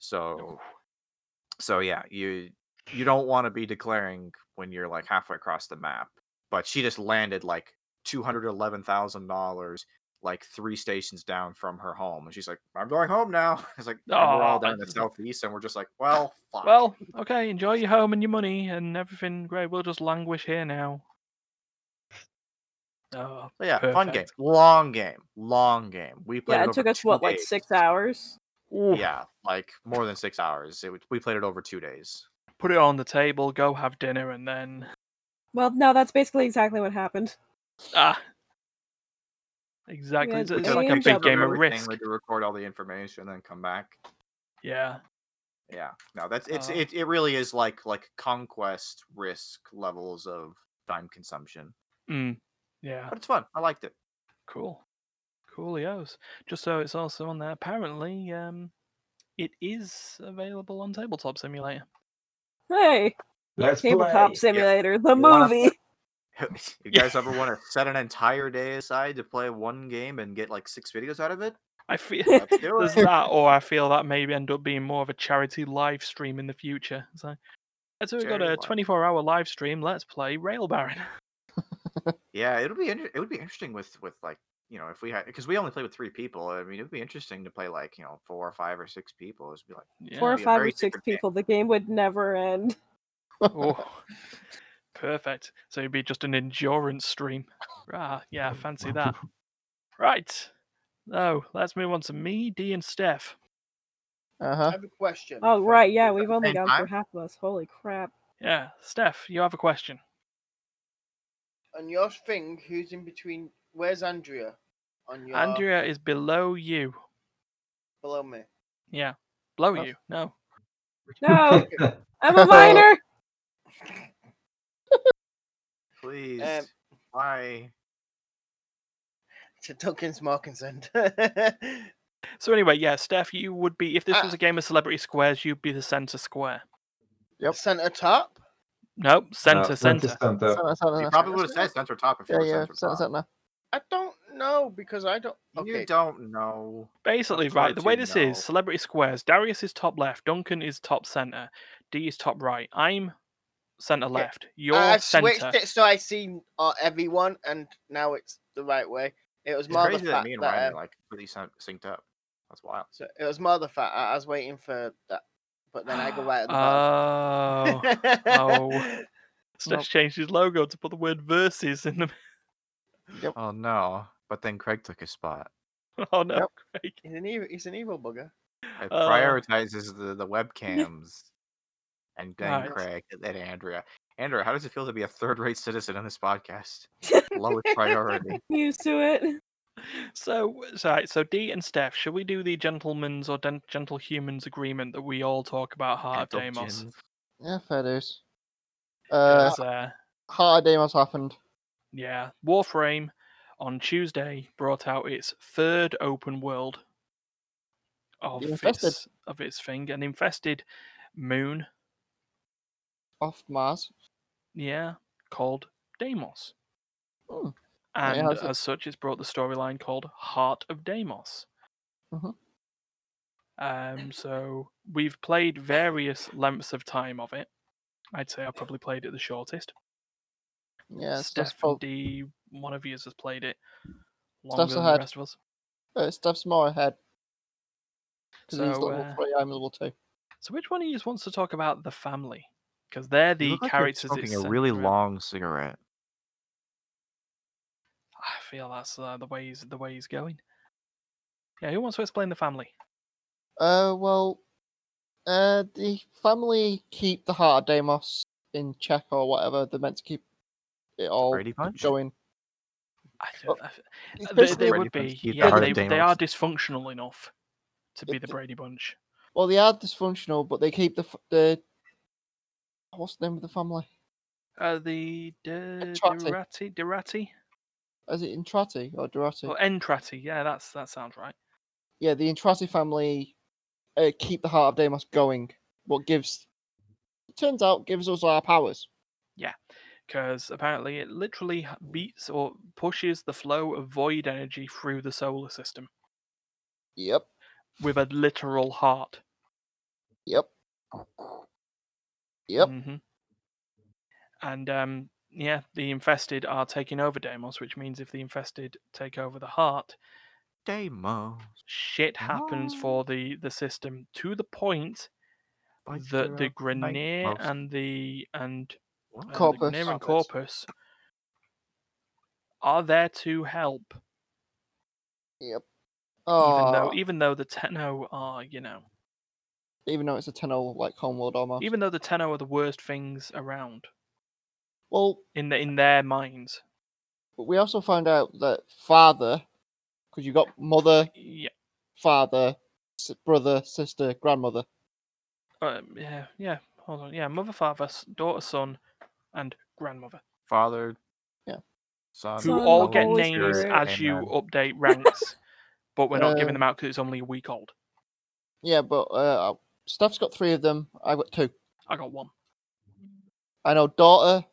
Speaker 4: So, so yeah, you you don't want to be declaring when you're like halfway across the map. But she just landed like two hundred eleven thousand dollars, like three stations down from her home, and she's like, "I'm going home now." It's like and we're all
Speaker 1: Aw.
Speaker 4: down in the southeast, and we're just like, "Well, fuck."
Speaker 1: Well, okay, enjoy your home and your money and everything. Great, we'll just languish here now. Oh,
Speaker 4: But yeah, fun game,
Speaker 1: perfect.
Speaker 4: long game, long game. We played.
Speaker 5: yeah,
Speaker 4: over
Speaker 5: it took us
Speaker 4: two
Speaker 5: what like
Speaker 4: days.
Speaker 5: six hours.
Speaker 1: oof.
Speaker 4: Yeah, like more than six hours. It, was- we played it over two days.
Speaker 1: Put it on the table, go have dinner, and then
Speaker 5: Well, no, that's basically exactly what happened.
Speaker 1: ah, exactly.
Speaker 5: Yeah,
Speaker 1: It's, it's
Speaker 5: we
Speaker 1: like a
Speaker 5: ended
Speaker 1: big
Speaker 5: up-
Speaker 1: game of
Speaker 4: everything,
Speaker 1: risk.
Speaker 4: Like to record all the information and then come back.
Speaker 1: Yeah,
Speaker 4: Yeah, no, that's it's
Speaker 1: Uh,
Speaker 4: it. It really is like like conquest risk levels of time consumption,
Speaker 1: mm. yeah,
Speaker 4: but it's fun. I liked it.
Speaker 1: cool, coolios. Just so it's also on there. Apparently, um, it is available on Tabletop Simulator.
Speaker 5: Hey,
Speaker 3: Let's
Speaker 5: tabletop
Speaker 3: play.
Speaker 5: simulator, the
Speaker 4: You wanna
Speaker 5: movie.
Speaker 4: you
Speaker 1: Yeah.
Speaker 4: guys ever want to set an entire day aside to play one game and get like six videos out of it?
Speaker 1: I feel
Speaker 4: Let's do
Speaker 1: there's
Speaker 4: it.
Speaker 1: that, or I feel that may end up being more of a charity live stream in the future. So, so we've got
Speaker 4: Charity
Speaker 1: a
Speaker 4: live.
Speaker 1: 24-hour live stream. Let's play Rail Baron.
Speaker 4: Yeah, it'll be inter- it would be interesting with with like you know if we had because we only play with three people. I mean, it would be interesting to play like you know four or five or six people. It'd be like
Speaker 1: Yeah.
Speaker 5: Four or
Speaker 4: it'd be a
Speaker 5: five or
Speaker 4: very
Speaker 5: six
Speaker 4: different game.
Speaker 5: people, the game would never end.
Speaker 1: Oh, perfect. So it'd be just an endurance stream. Ah, yeah, I fancy that. Right. Oh, let's move on to me, D, and Steph.
Speaker 6: Uh
Speaker 2: I
Speaker 6: huh.
Speaker 2: have a question.
Speaker 5: Oh
Speaker 2: for-
Speaker 5: right, yeah, we've only
Speaker 4: same
Speaker 5: gone
Speaker 4: time?
Speaker 5: through half of us. Holy crap!
Speaker 1: Yeah, Steph, you have a question.
Speaker 2: On your thing, who's in between? Where's Andrea? On your
Speaker 1: Andrea is below you.
Speaker 2: below me.
Speaker 1: Yeah, below
Speaker 6: Oh.
Speaker 1: you. No. Oh,
Speaker 5: No, I'm a minor.
Speaker 4: Please,
Speaker 2: Um,
Speaker 4: why?
Speaker 2: To Duncan's more concerned.
Speaker 1: So anyway, yeah, Steph, you would be if this
Speaker 2: Ah.
Speaker 1: was a game of celebrity squares, you'd be the center square.
Speaker 6: Yep.
Speaker 2: Center top.
Speaker 1: No, center,
Speaker 3: No,
Speaker 1: center.
Speaker 3: Center, center.
Speaker 6: Center, center,
Speaker 4: You probably
Speaker 6: center, center.
Speaker 4: would have said center top if you
Speaker 6: Yeah,
Speaker 4: were
Speaker 6: yeah.
Speaker 4: center
Speaker 6: Center,
Speaker 4: top.
Speaker 6: center.
Speaker 2: I don't know because I don't.
Speaker 4: You
Speaker 2: Okay.
Speaker 4: don't know.
Speaker 1: Basically, right, the way this
Speaker 4: Unfortunately, no.
Speaker 1: is celebrity squares, Darius is top left, Duncan is top center, D is top right, I'm center left, you're
Speaker 2: I- I've
Speaker 1: center.
Speaker 2: switched it so I see uh, everyone, and now it's the right way. It was
Speaker 4: It's
Speaker 2: more
Speaker 4: crazy
Speaker 2: the
Speaker 4: that um
Speaker 2: fact
Speaker 4: me and
Speaker 2: that,
Speaker 4: Ryan
Speaker 2: uh,
Speaker 4: are like really syn- synced up. That's wild.
Speaker 2: so it was more the fact I, I was waiting for that, but then I go right at the bottom.
Speaker 1: Oh, oh. Steph's
Speaker 6: Nope.
Speaker 1: changed his logo to put the word versus in the.
Speaker 4: Oh no! But then Craig took his spot.
Speaker 1: Oh no,
Speaker 6: Yep.
Speaker 1: Craig.
Speaker 2: he's an evil, he's an evil bugger.
Speaker 4: It
Speaker 1: Uh,
Speaker 4: prioritizes the, the webcams and then
Speaker 1: Right.
Speaker 4: Craig and then Andrea. Andrea, how does it feel to be a third rate citizen on this podcast? Lowest priority.
Speaker 5: Used to it.
Speaker 1: So, sorry, so D and Steph, shall we do the gentleman's or den- gentle humans agreement that we all talk about Heart of
Speaker 4: Adult
Speaker 1: Deimos?
Speaker 4: gins.
Speaker 6: Yeah, fair dues. Uh,
Speaker 1: 'Cause, uh,
Speaker 6: hard Demos happened.
Speaker 1: Yeah, Warframe on Tuesday brought out its third open world of
Speaker 6: The Infested.
Speaker 1: its of its thing, an infested moon,
Speaker 6: Off Mars.
Speaker 1: yeah, called Deimos.
Speaker 6: Hmm. yeah,
Speaker 1: And
Speaker 6: how's it-
Speaker 1: as such, it's brought the storyline called Heart of Deimos.
Speaker 6: Mhm.
Speaker 1: Um, so we've played various lengths of time of it. I'd say I probably played it the shortest.
Speaker 6: Yeah, Steph's,
Speaker 1: Steph
Speaker 6: prob-
Speaker 1: and D, one of you has played it
Speaker 6: Steph's
Speaker 1: longer than the
Speaker 6: ahead.
Speaker 1: rest of us.
Speaker 6: uh, Steph's more ahead. Because he's
Speaker 1: So,
Speaker 6: level
Speaker 1: uh,
Speaker 6: three, I'm level two.
Speaker 1: So which one of you wants to talk about the family? Because they're the characters. it's
Speaker 4: smoking a
Speaker 1: centered
Speaker 4: really
Speaker 1: around.
Speaker 4: long cigarette.
Speaker 1: I feel that's uh, the way he's the way he's going. Yeah, who wants to explain the family?
Speaker 6: Uh, well, uh, the family keep the heart of Deimos in check or whatever. They're meant to keep it all
Speaker 4: Brady punch.
Speaker 6: going.
Speaker 1: I
Speaker 6: Well,
Speaker 1: don't, I,
Speaker 6: It's
Speaker 1: they, they
Speaker 6: basically
Speaker 4: Brady
Speaker 1: would
Speaker 4: Bunch
Speaker 1: be.
Speaker 4: keep the
Speaker 1: yeah,
Speaker 4: heart
Speaker 1: they,
Speaker 4: of
Speaker 1: they are
Speaker 4: Deimos.
Speaker 1: dysfunctional enough to be
Speaker 6: It-
Speaker 1: the Brady Bunch.
Speaker 6: Well, they are dysfunctional, but they keep the f- the. What's the name of the family?
Speaker 1: Uh, the de-
Speaker 6: Entrati.
Speaker 1: Durati, Durati,
Speaker 6: Is it Intrati or Durati?
Speaker 1: or Entrati? Yeah, that's that sounds right.
Speaker 6: yeah, the Intrati family uh, keep the heart of Deimos going. What gives? It turns out gives us our powers.
Speaker 1: because apparently it literally h- beats or pushes the flow of void energy through the solar system
Speaker 6: Yep,
Speaker 1: with a literal heart.
Speaker 6: yep, yep.
Speaker 1: Mhm. And um, yeah, the infested are taking over Deimos, which means if the infested take over the heart,
Speaker 4: Demos.
Speaker 1: shit happens
Speaker 6: Ah.
Speaker 4: No.
Speaker 1: for the, the system to the point
Speaker 4: by
Speaker 1: that the
Speaker 4: Gerald
Speaker 1: Grenier
Speaker 4: Knightmouse.
Speaker 1: and the and
Speaker 4: What?
Speaker 1: uh,
Speaker 6: Corpus.
Speaker 1: the Grenier and
Speaker 2: Corpus.
Speaker 1: Corpus are there to help. even though e
Speaker 6: Oh, even,
Speaker 1: even though the Tenno are you know
Speaker 6: though it's a tunnel like homeworld almost.
Speaker 1: even though the Tenno are the worst things around
Speaker 6: well,
Speaker 1: in the, in their minds.
Speaker 6: but we also find out that father, because you got mother,
Speaker 1: Yeah,
Speaker 6: father, s- brother, sister, grandmother.
Speaker 1: um, yeah, yeah. Hold on, yeah. Mother, father, s- daughter, son, and grandmother,
Speaker 4: Father,
Speaker 6: Yeah.
Speaker 4: son,
Speaker 1: who
Speaker 5: Son,
Speaker 1: all get
Speaker 5: Holy
Speaker 1: names
Speaker 5: Spirit.
Speaker 1: as you
Speaker 4: Amen.
Speaker 1: update ranks, but we're not
Speaker 6: Uh,
Speaker 1: giving them out because it's only a week old.
Speaker 6: Yeah, but uh, Steph's got three of them. I've got two.
Speaker 1: I got one.
Speaker 6: I know daughter,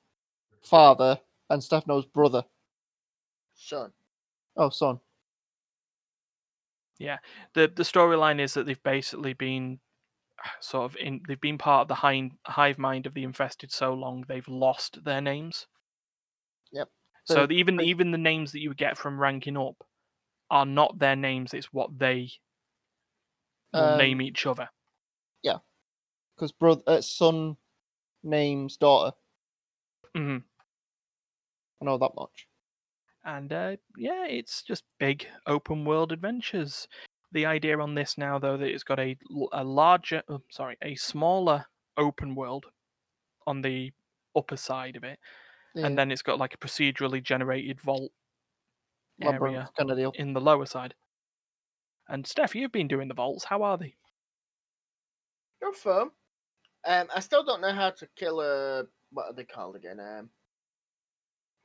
Speaker 6: father, and Steph knows brother.
Speaker 2: Son.
Speaker 6: Oh, son.
Speaker 1: the The storyline is that they've basically been sort of in they've been part of the hind, hive mind of the infested so long they've lost their names.
Speaker 6: Yep.
Speaker 1: So
Speaker 6: They've
Speaker 1: the, even
Speaker 6: been-
Speaker 1: even the names that you get from ranking up are not their names; it's what they will name
Speaker 6: Um,
Speaker 1: each other.
Speaker 6: because brother, uh, son names daughter.
Speaker 1: hmm
Speaker 6: I know that much.
Speaker 1: And uh, yeah, it's just big open world adventures. The idea on this now, though, that it's got a, l- a larger, oh, sorry, a smaller open world on the upper side of it,
Speaker 6: Yeah,
Speaker 1: and then it's got like a procedurally generated vault
Speaker 6: Labyrinth
Speaker 1: area.
Speaker 6: kind of deal.
Speaker 1: in the lower side. And Steph, you've been doing the vaults. How are they?
Speaker 2: You're firm. Um, I still don't know how to kill a. What are they called again? Um,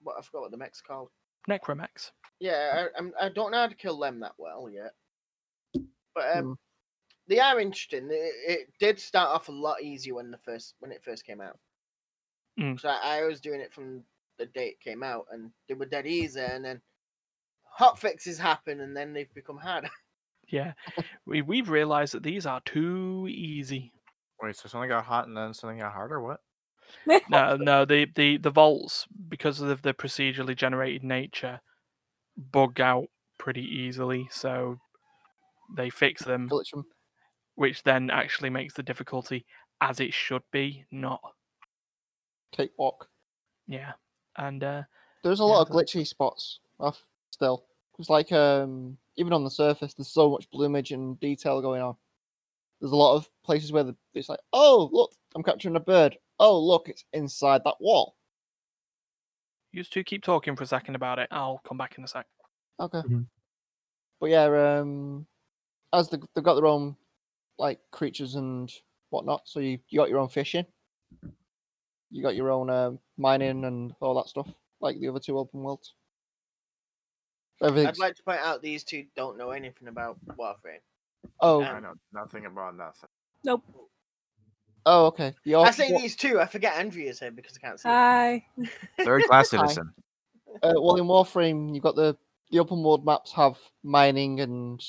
Speaker 2: what I forgot what the mech's called.
Speaker 1: Necromax.
Speaker 2: Yeah, I, I'm, I don't know how to kill them that well yet. But um,
Speaker 6: Hmm.
Speaker 2: they are interesting. It, it did start off a lot easier when the first when it first came out.
Speaker 1: Mm.
Speaker 2: So I, I was doing it from the day it came out, and they were dead easy. And then hot fixes happen, and then they've become harder.
Speaker 1: Yeah, we we've realised that these are too easy.
Speaker 4: Wait, so something got hot and then something got harder? What?
Speaker 1: No, no, the the the vaults because of the procedurally generated nature bug out pretty easily. So they fix them,
Speaker 6: Glitch 'em.
Speaker 1: which then actually makes the difficulty as it should be, not
Speaker 6: Cakewalk.
Speaker 1: yeah. And uh,
Speaker 6: There's a
Speaker 1: Yeah,
Speaker 6: lot of
Speaker 1: that-
Speaker 6: glitchy spots. I've still. It's like um, even on the surface, there's so much bloomage and detail going on. There's a lot of places where the, it's like, oh look, I'm capturing a bird. Oh look, it's inside that wall.
Speaker 1: you two keep talking for a second about it. I'll come back in a sec.
Speaker 6: Okay.
Speaker 3: Mhm.
Speaker 6: But yeah, um, as the, they've got their own like creatures and whatnot, so you, you got your own fishing, you got your own um mining and all that stuff, like the other two open worlds.
Speaker 2: I'd
Speaker 6: Everything's
Speaker 2: like to point out these two don't know anything about Warframe.
Speaker 6: oh
Speaker 2: Um,
Speaker 4: I know nothing about nothing.
Speaker 6: oh okay. The
Speaker 2: I
Speaker 6: orc-
Speaker 2: say
Speaker 6: wa-
Speaker 2: these two. I forget Andrea's here because I can't see. her.
Speaker 5: Hi.
Speaker 4: Third class
Speaker 6: Hi.
Speaker 4: citizen.
Speaker 6: uh, well in Warframe you've got the the open world maps have mining and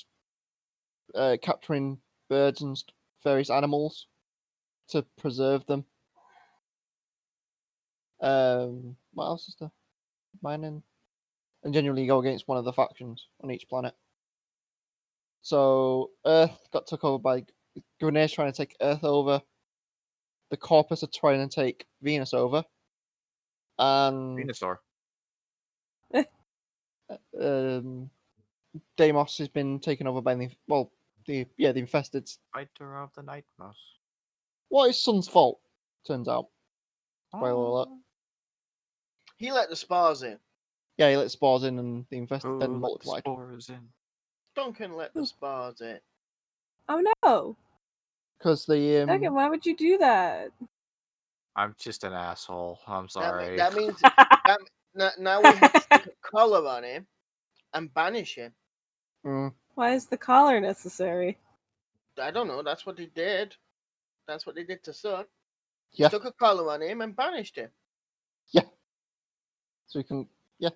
Speaker 6: uh, capturing birds and st- various animals to preserve them. Um, what else is there? Mining. And generally you go against one of the factions on each planet. So Earth got took over by Grenier's trying to take Earth over. The Corpus are trying to take Venus over. And
Speaker 4: Venusaur.
Speaker 6: um, Deimos has been taken over by the well, the yeah, the infested.
Speaker 4: Fighter of the Night Mouse.
Speaker 6: What is Sun's fault? Turns out. Spoiler alert.
Speaker 2: He let the spars in.
Speaker 6: Yeah, he let spores in and the infested
Speaker 4: Who let
Speaker 6: then
Speaker 4: the
Speaker 6: multiplied.
Speaker 4: spores in?
Speaker 2: Duncan let the spars in.
Speaker 5: Oh no.
Speaker 6: Because the um,
Speaker 5: Duncan, why would you do that?
Speaker 4: I'm just an asshole. I'm
Speaker 2: That
Speaker 4: sorry.
Speaker 2: me- That, means now, now we have to stick a collar on him and banish him.
Speaker 6: Mm.
Speaker 5: Why is the collar necessary?
Speaker 2: I don't know. That's what they did. That's what they did to Sun.
Speaker 6: Yeah.
Speaker 2: Stuck a collar on him and banished him.
Speaker 6: So he can, yeah.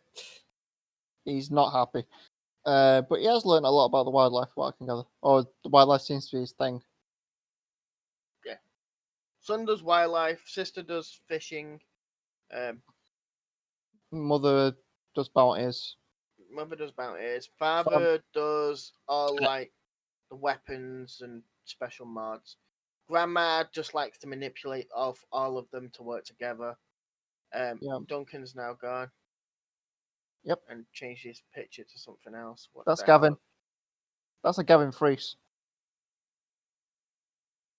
Speaker 6: He's not happy. Uh, but he has learned a lot about the wildlife, what I can gather. Or the wildlife seems to be his thing.
Speaker 2: Son does wildlife. Sister does fishing. Um,
Speaker 6: Mother does bounties.
Speaker 2: mother does bounties. Father does all like the weapons and special mods. Grandma just likes to manipulate off all of them to work together. Um,
Speaker 6: Yeah.
Speaker 2: Duncan's now gone.
Speaker 6: Yep.
Speaker 2: And changed his picture to something else. What
Speaker 6: That's
Speaker 2: the hell?
Speaker 6: Gavin. That's a Gavin Freeze.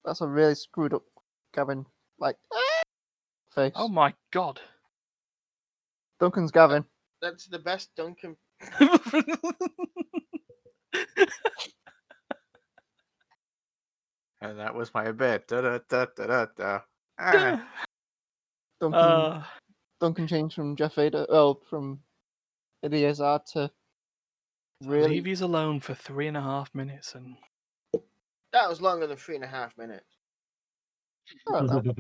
Speaker 6: That's a really screwed up Gavin, like, face.
Speaker 1: Oh my god.
Speaker 6: Duncan's Gavin.
Speaker 2: That's the best Duncan.
Speaker 4: And that was my bit. Da, da, da, da, da, da. Ah,
Speaker 1: uh,
Speaker 6: Duncan,
Speaker 2: uh,
Speaker 6: Duncan changed from Jeff Ada, oh, from Idiazar to really.
Speaker 1: Leave yous alone for three and a half minutes and
Speaker 2: That was longer than three and a half minutes.
Speaker 6: I don't know.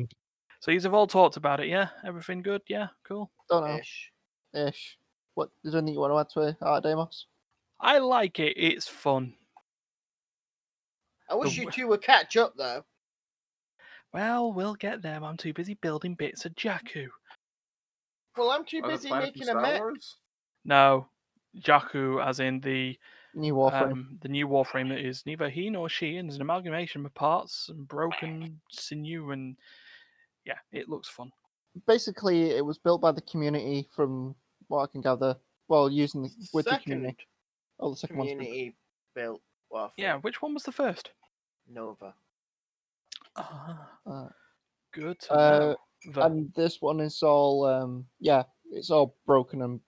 Speaker 1: so you've all talked about it, yeah? Everything good? Yeah, cool.
Speaker 6: Don't know.
Speaker 2: Ish.
Speaker 6: Ish. What is there anything you want to add to Art Demos?
Speaker 1: I like it, it's fun.
Speaker 2: I wish
Speaker 1: The
Speaker 2: you
Speaker 1: wh-
Speaker 2: two would catch up though.
Speaker 1: Well, we'll get there. I'm too busy building bits of Jakku.
Speaker 2: Well, I'm too
Speaker 4: Are the
Speaker 2: busy
Speaker 4: planet from
Speaker 2: making a
Speaker 4: Star
Speaker 2: mech.
Speaker 4: Wars?
Speaker 1: No, Jakku, as in the
Speaker 6: New Warframe.
Speaker 1: um, the new Warframe that is neither he nor she, and is an amalgamation of parts and broken sinew, and yeah, it looks fun.
Speaker 6: Basically, it was built by the community from what I can gather. Well, using the, with the
Speaker 2: Second
Speaker 6: community. Oh, the second one's been-
Speaker 2: community built warfare.
Speaker 1: Yeah, which one was the first?
Speaker 2: Nova.
Speaker 1: Ah,
Speaker 6: Uh,
Speaker 1: good. To
Speaker 6: Uh,
Speaker 1: know. The-
Speaker 6: and this one is all um yeah it's all broken and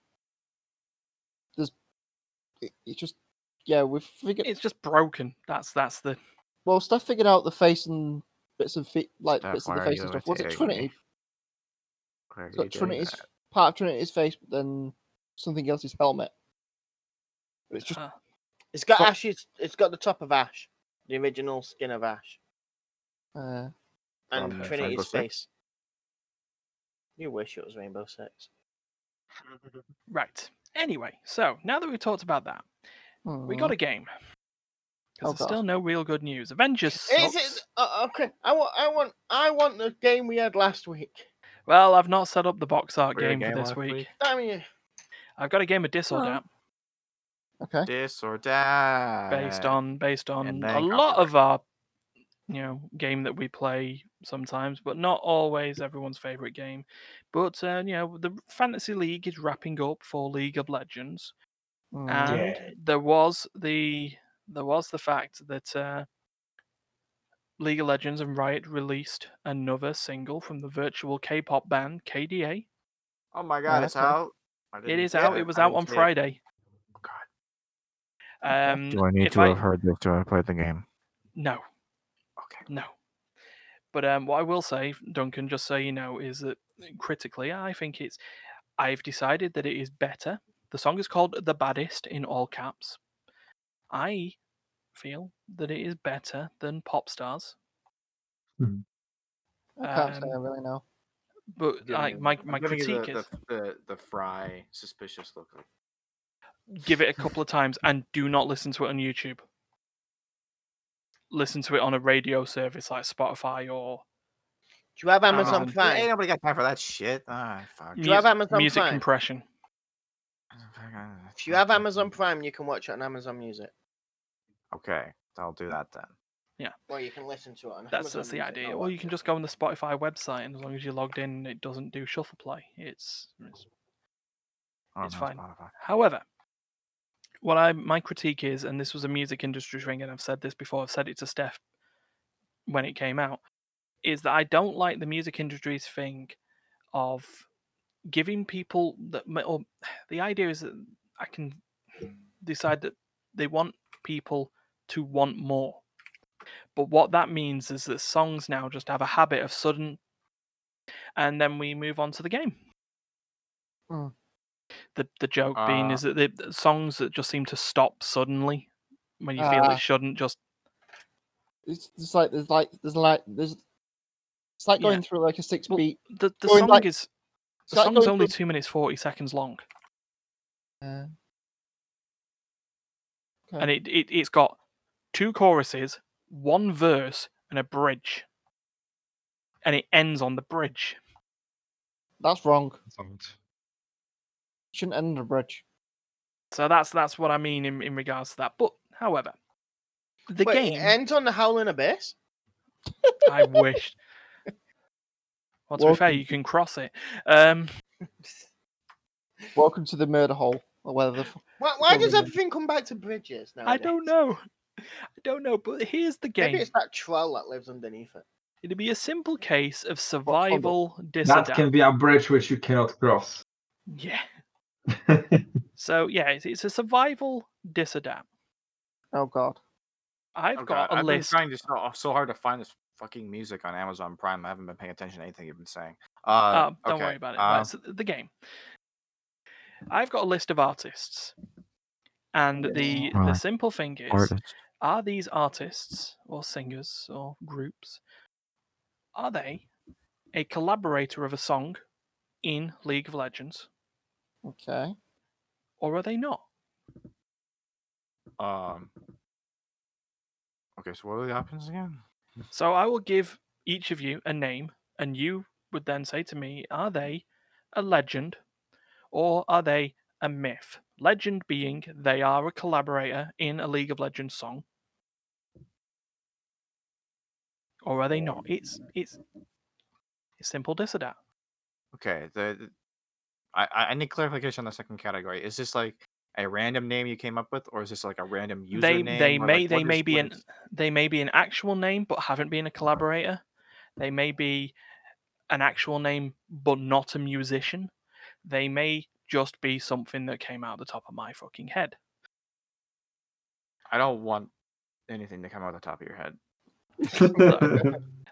Speaker 6: there's it, it just yeah we've figured
Speaker 1: it's just broken. That's that's the
Speaker 6: well stuff figured out the face and bits of feet like
Speaker 4: Steph,
Speaker 6: bits of the
Speaker 4: why are
Speaker 6: face
Speaker 4: you
Speaker 6: and
Speaker 4: doing
Speaker 6: stuff was
Speaker 4: to
Speaker 6: it
Speaker 4: me?
Speaker 6: trinity
Speaker 4: Why are
Speaker 6: so
Speaker 4: you doing
Speaker 6: trinity's
Speaker 4: that?
Speaker 6: part of trinity's face but then something else's helmet but it's just
Speaker 1: ah,
Speaker 2: It's got
Speaker 6: Top-
Speaker 2: Ash's. It's got the top of Ash, the original skin of Ash,
Speaker 6: uh
Speaker 1: Oh,
Speaker 2: and
Speaker 4: From Rainbow
Speaker 2: Trinity's
Speaker 4: Six?
Speaker 2: face. You wish it was Rainbow Six.
Speaker 1: right. Anyway, so now that we've talked about that, we got
Speaker 6: hmm,
Speaker 1: a game. Because
Speaker 6: Oh,
Speaker 1: there's
Speaker 6: God.
Speaker 1: still no real good news. Avengers
Speaker 2: Is
Speaker 1: sucks.
Speaker 2: it uh, okay? I want. I want. I want the game we had last week.
Speaker 1: Well, I've not set up the box art
Speaker 4: Weird
Speaker 1: game,
Speaker 4: game
Speaker 1: for this
Speaker 4: last
Speaker 1: week.
Speaker 4: week.
Speaker 2: Damn you!
Speaker 1: I've got a game of Discord
Speaker 5: Well,
Speaker 1: app
Speaker 6: okay
Speaker 4: This or that.
Speaker 1: based on based on a
Speaker 4: Uh, then
Speaker 1: lot of our you know game that we play sometimes, but not always everyone's favorite game. But uh, you know the fantasy league is wrapping up for League of Legends,
Speaker 4: Oh,
Speaker 6: mm,
Speaker 3: Yeah.
Speaker 1: and there was the there was the fact that uh, League of Legends and Riot released another single from the virtual K-pop band KDA.
Speaker 4: Oh my
Speaker 6: yeah,
Speaker 4: god, it's
Speaker 6: okay.
Speaker 4: out. I
Speaker 1: It
Speaker 4: didn't
Speaker 1: is
Speaker 4: get
Speaker 1: out. It was
Speaker 4: I
Speaker 1: out
Speaker 4: didn't
Speaker 1: on
Speaker 4: see it.
Speaker 1: Friday.
Speaker 4: Oh God.
Speaker 6: Okay.
Speaker 1: Um,
Speaker 4: Do I need
Speaker 1: if
Speaker 4: to uh,
Speaker 1: I
Speaker 4: have heard this? Do I play the game?
Speaker 1: no
Speaker 4: Okay.
Speaker 1: no. But um, what I will say, Duncan, just so you know, is that critically, I think it's. I've decided that it is better. The song is called "The Baddest" in all caps. I feel that it is better than Pop Stars,
Speaker 6: i can't say i
Speaker 1: um,
Speaker 6: really know
Speaker 1: but
Speaker 4: giving
Speaker 1: like
Speaker 4: you-
Speaker 1: my
Speaker 4: I'm
Speaker 1: my
Speaker 4: giving you
Speaker 1: critique
Speaker 4: the,
Speaker 1: is
Speaker 4: the, the, the fry suspicious look. like,
Speaker 1: give it a couple of times and do not listen to it on YouTube. Listen to it on a radio service like Spotify or
Speaker 2: Do you
Speaker 1: Ah,
Speaker 2: have Amazon
Speaker 1: Amazon.
Speaker 4: Ain't
Speaker 2: Prime?
Speaker 4: nobody got time for that shit. Ah, fuck.
Speaker 2: Do you have
Speaker 1: mus-
Speaker 2: Amazon
Speaker 1: music
Speaker 2: Prime?
Speaker 1: compression.
Speaker 2: If you have Amazon Prime, you can watch it on Amazon Music,
Speaker 4: Okay, I'll do that then.
Speaker 2: or you can listen to it on
Speaker 1: That's
Speaker 2: Amazon
Speaker 1: that's the
Speaker 2: Music,
Speaker 1: idea.
Speaker 2: not
Speaker 1: Or you
Speaker 2: watch
Speaker 1: can
Speaker 2: it.
Speaker 1: just go on the Spotify website, and as long as you're logged in, it doesn't do shuffle play. It's, it's
Speaker 4: Oh,
Speaker 1: It's
Speaker 4: I'm
Speaker 1: fine.
Speaker 4: on Spotify.
Speaker 1: however. What I my critique is, and this was a music industry thing, and I've said this before. I've said it to Steph when it came out, is that I don't like the music industry's thing of giving people that or the idea is that I can decide that they want people to want more. But what that means is that songs now just have a habit of sudden and then we move on to the game.
Speaker 6: Mm.
Speaker 1: The the joke being
Speaker 4: Uh,
Speaker 1: is that the the songs that just seem to stop suddenly when you feel
Speaker 6: Ah.
Speaker 1: it shouldn't just
Speaker 6: It's just like there's like there's like there's. It's like
Speaker 1: Yeah.
Speaker 6: going through like a six
Speaker 1: Well,
Speaker 6: beat.
Speaker 1: the the
Speaker 6: Going
Speaker 1: song
Speaker 6: back-
Speaker 1: is
Speaker 6: It's
Speaker 1: the
Speaker 6: like
Speaker 1: song's
Speaker 6: going
Speaker 1: only
Speaker 6: through-
Speaker 1: two minutes forty seconds long,
Speaker 6: Uh,
Speaker 1: and it, it it's got two choruses, one verse, and a bridge, and it ends on the bridge.
Speaker 6: that's wrong.
Speaker 3: That's out.
Speaker 6: Shouldn't end on a bridge.
Speaker 1: So that's that's what I mean in, in regards to that. But however, the
Speaker 2: Wait,
Speaker 1: game
Speaker 2: It ends on the Howling Abyss.
Speaker 1: I wished. Well, to be fair,
Speaker 6: Welcome.
Speaker 1: you can cross it. Um,
Speaker 6: Welcome to the murder hole or whatever. The f-
Speaker 2: Why, why
Speaker 6: Don't
Speaker 2: does
Speaker 6: remember.
Speaker 2: everything come back to bridges now?
Speaker 1: I don't know. I don't know. But here's the game.
Speaker 2: Maybe it's that troll that lives underneath it.
Speaker 1: It'd be a simple case of survival
Speaker 3: That
Speaker 1: disadaptation.
Speaker 3: can be a bridge which you cannot cross.
Speaker 1: Yeah. So yeah, it's, it's a survival disadapt.
Speaker 6: oh god.
Speaker 1: I've
Speaker 4: Oh God,
Speaker 1: got a
Speaker 4: I've
Speaker 1: list.
Speaker 4: been trying to so, so hard to find this fucking music on Amazon Prime. I haven't been paying attention to anything you've been saying. Uh,
Speaker 1: Oh, don't
Speaker 4: okay,
Speaker 1: worry about it.
Speaker 4: uh,
Speaker 1: That's the game. I've got a list of artists, and the the
Speaker 4: Right.
Speaker 1: simple thing is: are these artists or singers or groups? Are they a collaborator of a song in League of Legends,
Speaker 6: Okay.
Speaker 1: or are they not?
Speaker 4: Um. Okay, so what are the options again?
Speaker 1: So I will give each of you a name, and you would then say to me, are they a legend or are they a myth? Legend being they are a collaborator in a League of Legends song. Or are they not? It's it's it's simple disadat.
Speaker 4: Okay, the, the- I I I need clarification on the second category. Is this like a random name you came up with, or is this like a random username?
Speaker 1: They they
Speaker 4: or,
Speaker 1: may
Speaker 4: like,
Speaker 1: they
Speaker 4: what is-
Speaker 1: may be
Speaker 4: what
Speaker 1: an
Speaker 4: is-
Speaker 1: they may be an actual name but haven't been a collaborator. They may be an actual name but not a musician. They may just be something that came out the top of my fucking head.
Speaker 4: I don't want anything to come out the top of your head.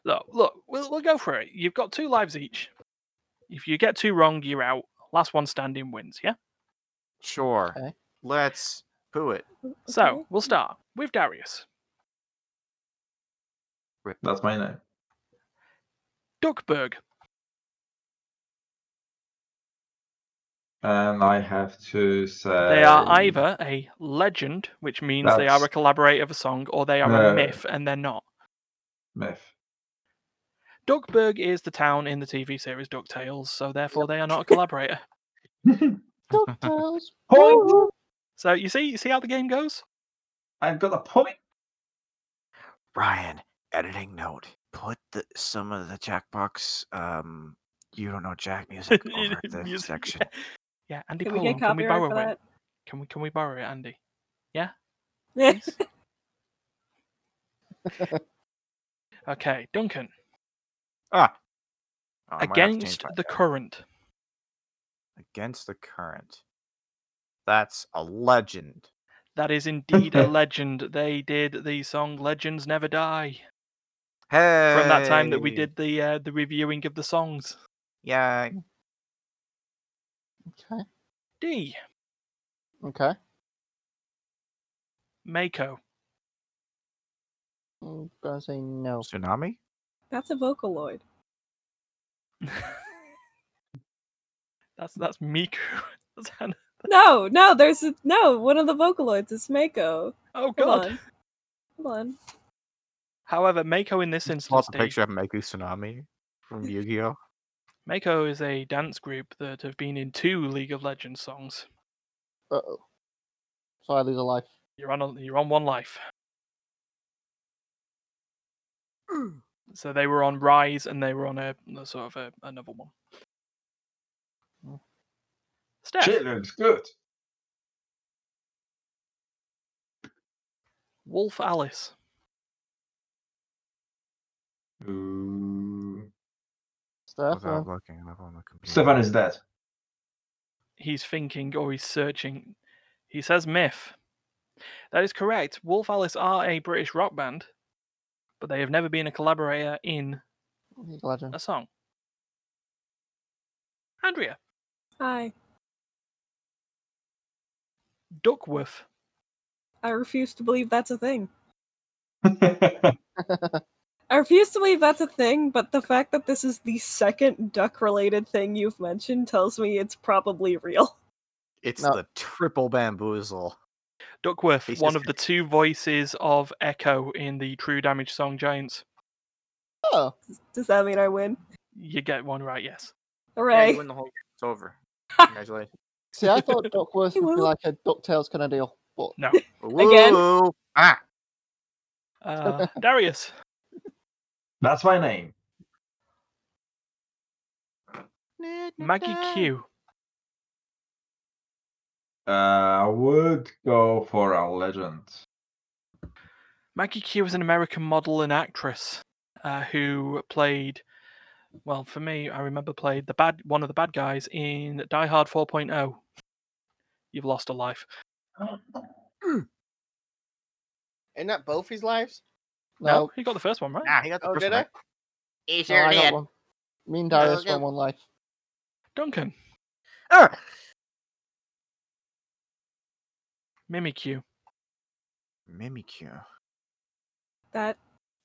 Speaker 1: Look, look, we'll, we'll go for it. You've got two lives each. If you get two wrong, you're out. Last one standing wins, yeah?
Speaker 4: Sure.
Speaker 6: Okay.
Speaker 4: Let's poo it.
Speaker 1: So we'll start with Darius.
Speaker 3: That's my name.
Speaker 1: Duckburg.
Speaker 3: And I have to say
Speaker 1: They are either a legend, which means they are a
Speaker 3: Um, That's-
Speaker 1: collaborator of a song, or they are a
Speaker 3: No.
Speaker 1: myth and they're not.
Speaker 3: myth.
Speaker 1: Duckburg is the town in the TV series DuckTales, so therefore they are not a collaborator.
Speaker 6: DuckTales.
Speaker 3: point.
Speaker 1: So you see you see how the game goes?
Speaker 3: I've got a point.
Speaker 4: Ryan, editing note. Put the, some of the Jackbox um you don't know Jack music over the
Speaker 1: Music.
Speaker 4: section.
Speaker 1: Yeah, Andy
Speaker 5: Can we
Speaker 1: Poland,
Speaker 5: get
Speaker 1: can we
Speaker 5: copyright
Speaker 1: borrow
Speaker 5: for
Speaker 1: it?
Speaker 5: that?
Speaker 1: Can we can we borrow it, Andy?
Speaker 5: Yes.
Speaker 1: Please? okay, Duncan.
Speaker 4: Ah. Oh, I might have to change
Speaker 1: against
Speaker 4: my
Speaker 1: the
Speaker 4: note.
Speaker 1: current.
Speaker 4: against the current. That's a legend.
Speaker 1: That is indeed a legend. They did the song "Legends Never Die"
Speaker 4: Hey.
Speaker 1: from that time that we did the uh, the reviewing of the songs.
Speaker 4: Yeah.
Speaker 6: Okay.
Speaker 1: D.
Speaker 6: Okay.
Speaker 1: Mako.
Speaker 6: I'm gonna say
Speaker 1: Oh.
Speaker 6: no.
Speaker 4: Tsunami?
Speaker 5: That's a Vocaloid.
Speaker 1: that's that's Miku. That's Hannah.
Speaker 5: No, no, there's a, no one of the Vocaloids is Mako.
Speaker 1: Oh
Speaker 5: Come
Speaker 1: God.
Speaker 5: on. Come on.
Speaker 1: However, Mako in this
Speaker 4: Pull up
Speaker 1: instance,
Speaker 4: a
Speaker 1: Dee,
Speaker 4: picture of Meku Tsunami from Yu Gi Oh!
Speaker 1: Mako is a dance group that have been in two League of Legends songs.
Speaker 6: Uh oh. So I lose a life.
Speaker 1: You're on a, you're on one life. So they were on Rise and they were on a, a sort of a, another one.
Speaker 6: Mm.
Speaker 1: Steph.
Speaker 3: Shit looks good.
Speaker 1: Wolf Alice.
Speaker 3: Ooh.
Speaker 1: Uh-huh.
Speaker 6: Steph.
Speaker 4: Without
Speaker 6: or-
Speaker 4: looking up on the computer.
Speaker 3: Stefan is dead.
Speaker 1: He's thinking or he's searching. He says myth. That is correct. Wolf Alice are a British rock band, but they have never been a collaborator in
Speaker 6: uh, League of Legends.
Speaker 1: a song. Andrea,
Speaker 5: Hi.
Speaker 1: Duckworth.
Speaker 5: I refuse to believe that's a thing.
Speaker 3: I
Speaker 5: I refuse to believe that's a thing, but the fact that this is the second duck related thing you've mentioned tells me it's probably real.
Speaker 4: It's
Speaker 6: No.
Speaker 4: the triple bamboozle.
Speaker 1: Duckworth,
Speaker 4: He's
Speaker 1: one
Speaker 4: just-
Speaker 1: of the two voices of Echo in the True Damage song Giants.
Speaker 6: Oh,
Speaker 5: Does that mean I win?
Speaker 1: You get one right, yes.
Speaker 4: Yeah,
Speaker 5: Hooray!
Speaker 4: you win the whole game. It's over. Congratulations.
Speaker 6: see, I thought Duckworth would be
Speaker 5: Well-
Speaker 6: like a Ducktales kind of deal, but
Speaker 5: Again?
Speaker 4: Woo! Ah,
Speaker 1: Uh, Darius,
Speaker 3: That's my name.
Speaker 1: Maggie Q.
Speaker 3: Uh, I would go for a legend.
Speaker 1: Maggie Q is an American model and actress uh, who played, well, for me, I remember played the bad one of the bad guys in Die Hard 4.0. You've lost a life.
Speaker 2: Isn't that both his lives?
Speaker 1: No,
Speaker 6: no,
Speaker 1: you got the first one right.
Speaker 4: nah, Ah, he got the
Speaker 2: Oh,
Speaker 4: first
Speaker 2: did
Speaker 4: one.
Speaker 2: I? He
Speaker 6: no, I got one. Me and Darius won one life.
Speaker 1: Duncan,
Speaker 4: right. Ah!
Speaker 1: Mimikyu.
Speaker 4: Mimikyu.
Speaker 5: That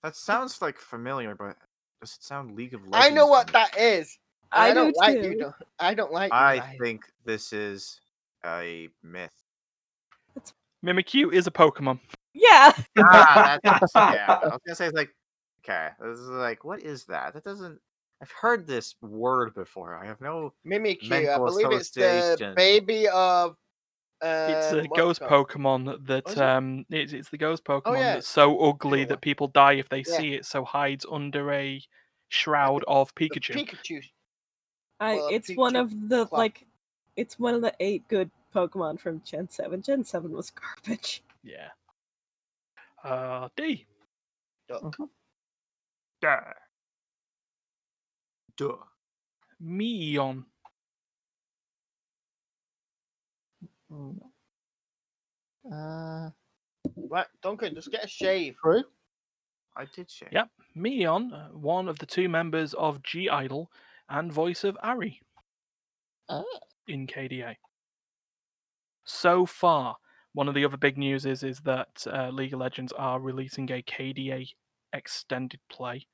Speaker 4: That sounds like familiar, but does it sound League of Legends?
Speaker 2: I know what
Speaker 4: familiar?
Speaker 2: that is. and
Speaker 5: I,
Speaker 2: I don't
Speaker 5: do
Speaker 2: like
Speaker 5: too.
Speaker 2: you. Don't, I don't like you.
Speaker 4: I
Speaker 2: guys.
Speaker 4: think this is a myth.
Speaker 1: Mimikyu is a Pokemon.
Speaker 5: Yeah,
Speaker 4: ah, that's, yeah. I was gonna say it's like, okay, this is like, what is that? That doesn't. I've heard this word before. I have no.
Speaker 2: Mimikyu. I
Speaker 4: Mental
Speaker 2: believe it's the
Speaker 4: association.
Speaker 2: baby of. Uh,
Speaker 1: It's a
Speaker 2: what's it
Speaker 1: ghost
Speaker 2: called?
Speaker 1: Pokemon that
Speaker 2: is it? Oh,
Speaker 1: um, it's, it's the ghost Pokemon
Speaker 2: yeah,
Speaker 1: that's so ugly
Speaker 2: one.
Speaker 1: that people die if they
Speaker 2: Yeah.
Speaker 1: see it. So hides under a shroud of
Speaker 2: The
Speaker 1: Pikachu.
Speaker 2: Pikachu.
Speaker 5: I,
Speaker 2: Well,
Speaker 5: it's one
Speaker 2: Pikachu
Speaker 5: of the
Speaker 2: clock.
Speaker 5: like, it's one of the eight good Pokemon from Gen Seven. Gen Seven was garbage.
Speaker 1: yeah. Uh, D.
Speaker 2: Duck.
Speaker 5: Uh-huh.
Speaker 4: Duh. Duh.
Speaker 1: Meon.
Speaker 6: Mm. Uh,
Speaker 2: Right, Duncan, just get a shave.
Speaker 6: true.
Speaker 4: I did share.
Speaker 1: Yep. Meon, uh, one of the two members of G Idol and voice of Ari
Speaker 6: Ah.
Speaker 1: in KDA. So far, one of the other big news is is that uh, League of Legends are releasing a KDA extended play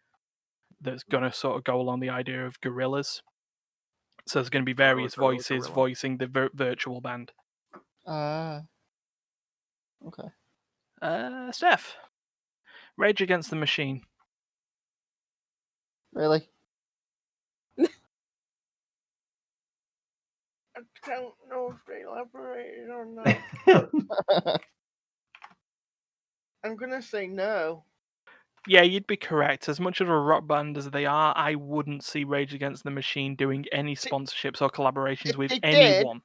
Speaker 1: that's going to sort of go along the idea of gorillas. So there's going to be
Speaker 4: Gorilla,
Speaker 1: various
Speaker 4: gorilla,
Speaker 1: voices
Speaker 4: gorilla.
Speaker 1: voicing the vir- virtual band.
Speaker 6: Uh, okay.
Speaker 1: Uh, Steph, Rage Against the Machine.
Speaker 6: Really?
Speaker 2: I don't know if they elaborated or not. I'm gonna say no.
Speaker 1: Yeah, you'd be correct. As much of a rock band as they are, I wouldn't see Rage Against the Machine doing any sponsorships or collaborations
Speaker 2: if
Speaker 1: with
Speaker 2: they did-
Speaker 1: anyone.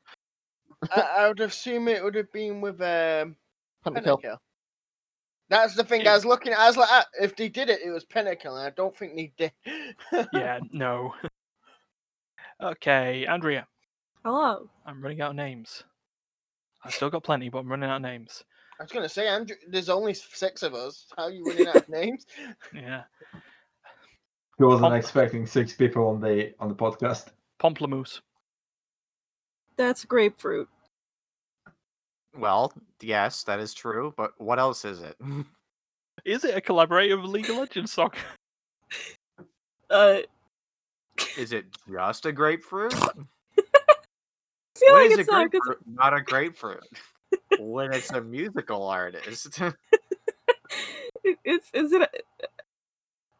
Speaker 2: I, I would assume it would have been with um
Speaker 6: Pentakill.
Speaker 2: Pentakill. That's the thing I was looking at. I was like, ah, if they did it, it was Pentakill, and I don't think they did.
Speaker 1: Yeah, no. okay, Andrea,
Speaker 5: Hello.
Speaker 1: I'm running out of names. I've still got plenty, but I'm running out of names.
Speaker 2: I was gonna say, Andrew, there's only six of us. How are you running out of names?
Speaker 1: Yeah.
Speaker 3: he wasn't
Speaker 1: Pomp-
Speaker 3: expecting six people on the on the podcast.
Speaker 1: Pomplamoose.
Speaker 5: That's grapefruit.
Speaker 4: Well, yes, that is true, but what else is it?
Speaker 1: Is it a collaborative League of Legends song?
Speaker 5: Uh,
Speaker 4: is it just a grapefruit?
Speaker 5: I feel
Speaker 4: what
Speaker 5: like
Speaker 4: is
Speaker 5: it's
Speaker 4: a
Speaker 5: not. 'cause-
Speaker 4: grapefruit? Not a grapefruit. when it's a musical artist.
Speaker 5: It- it's is it a-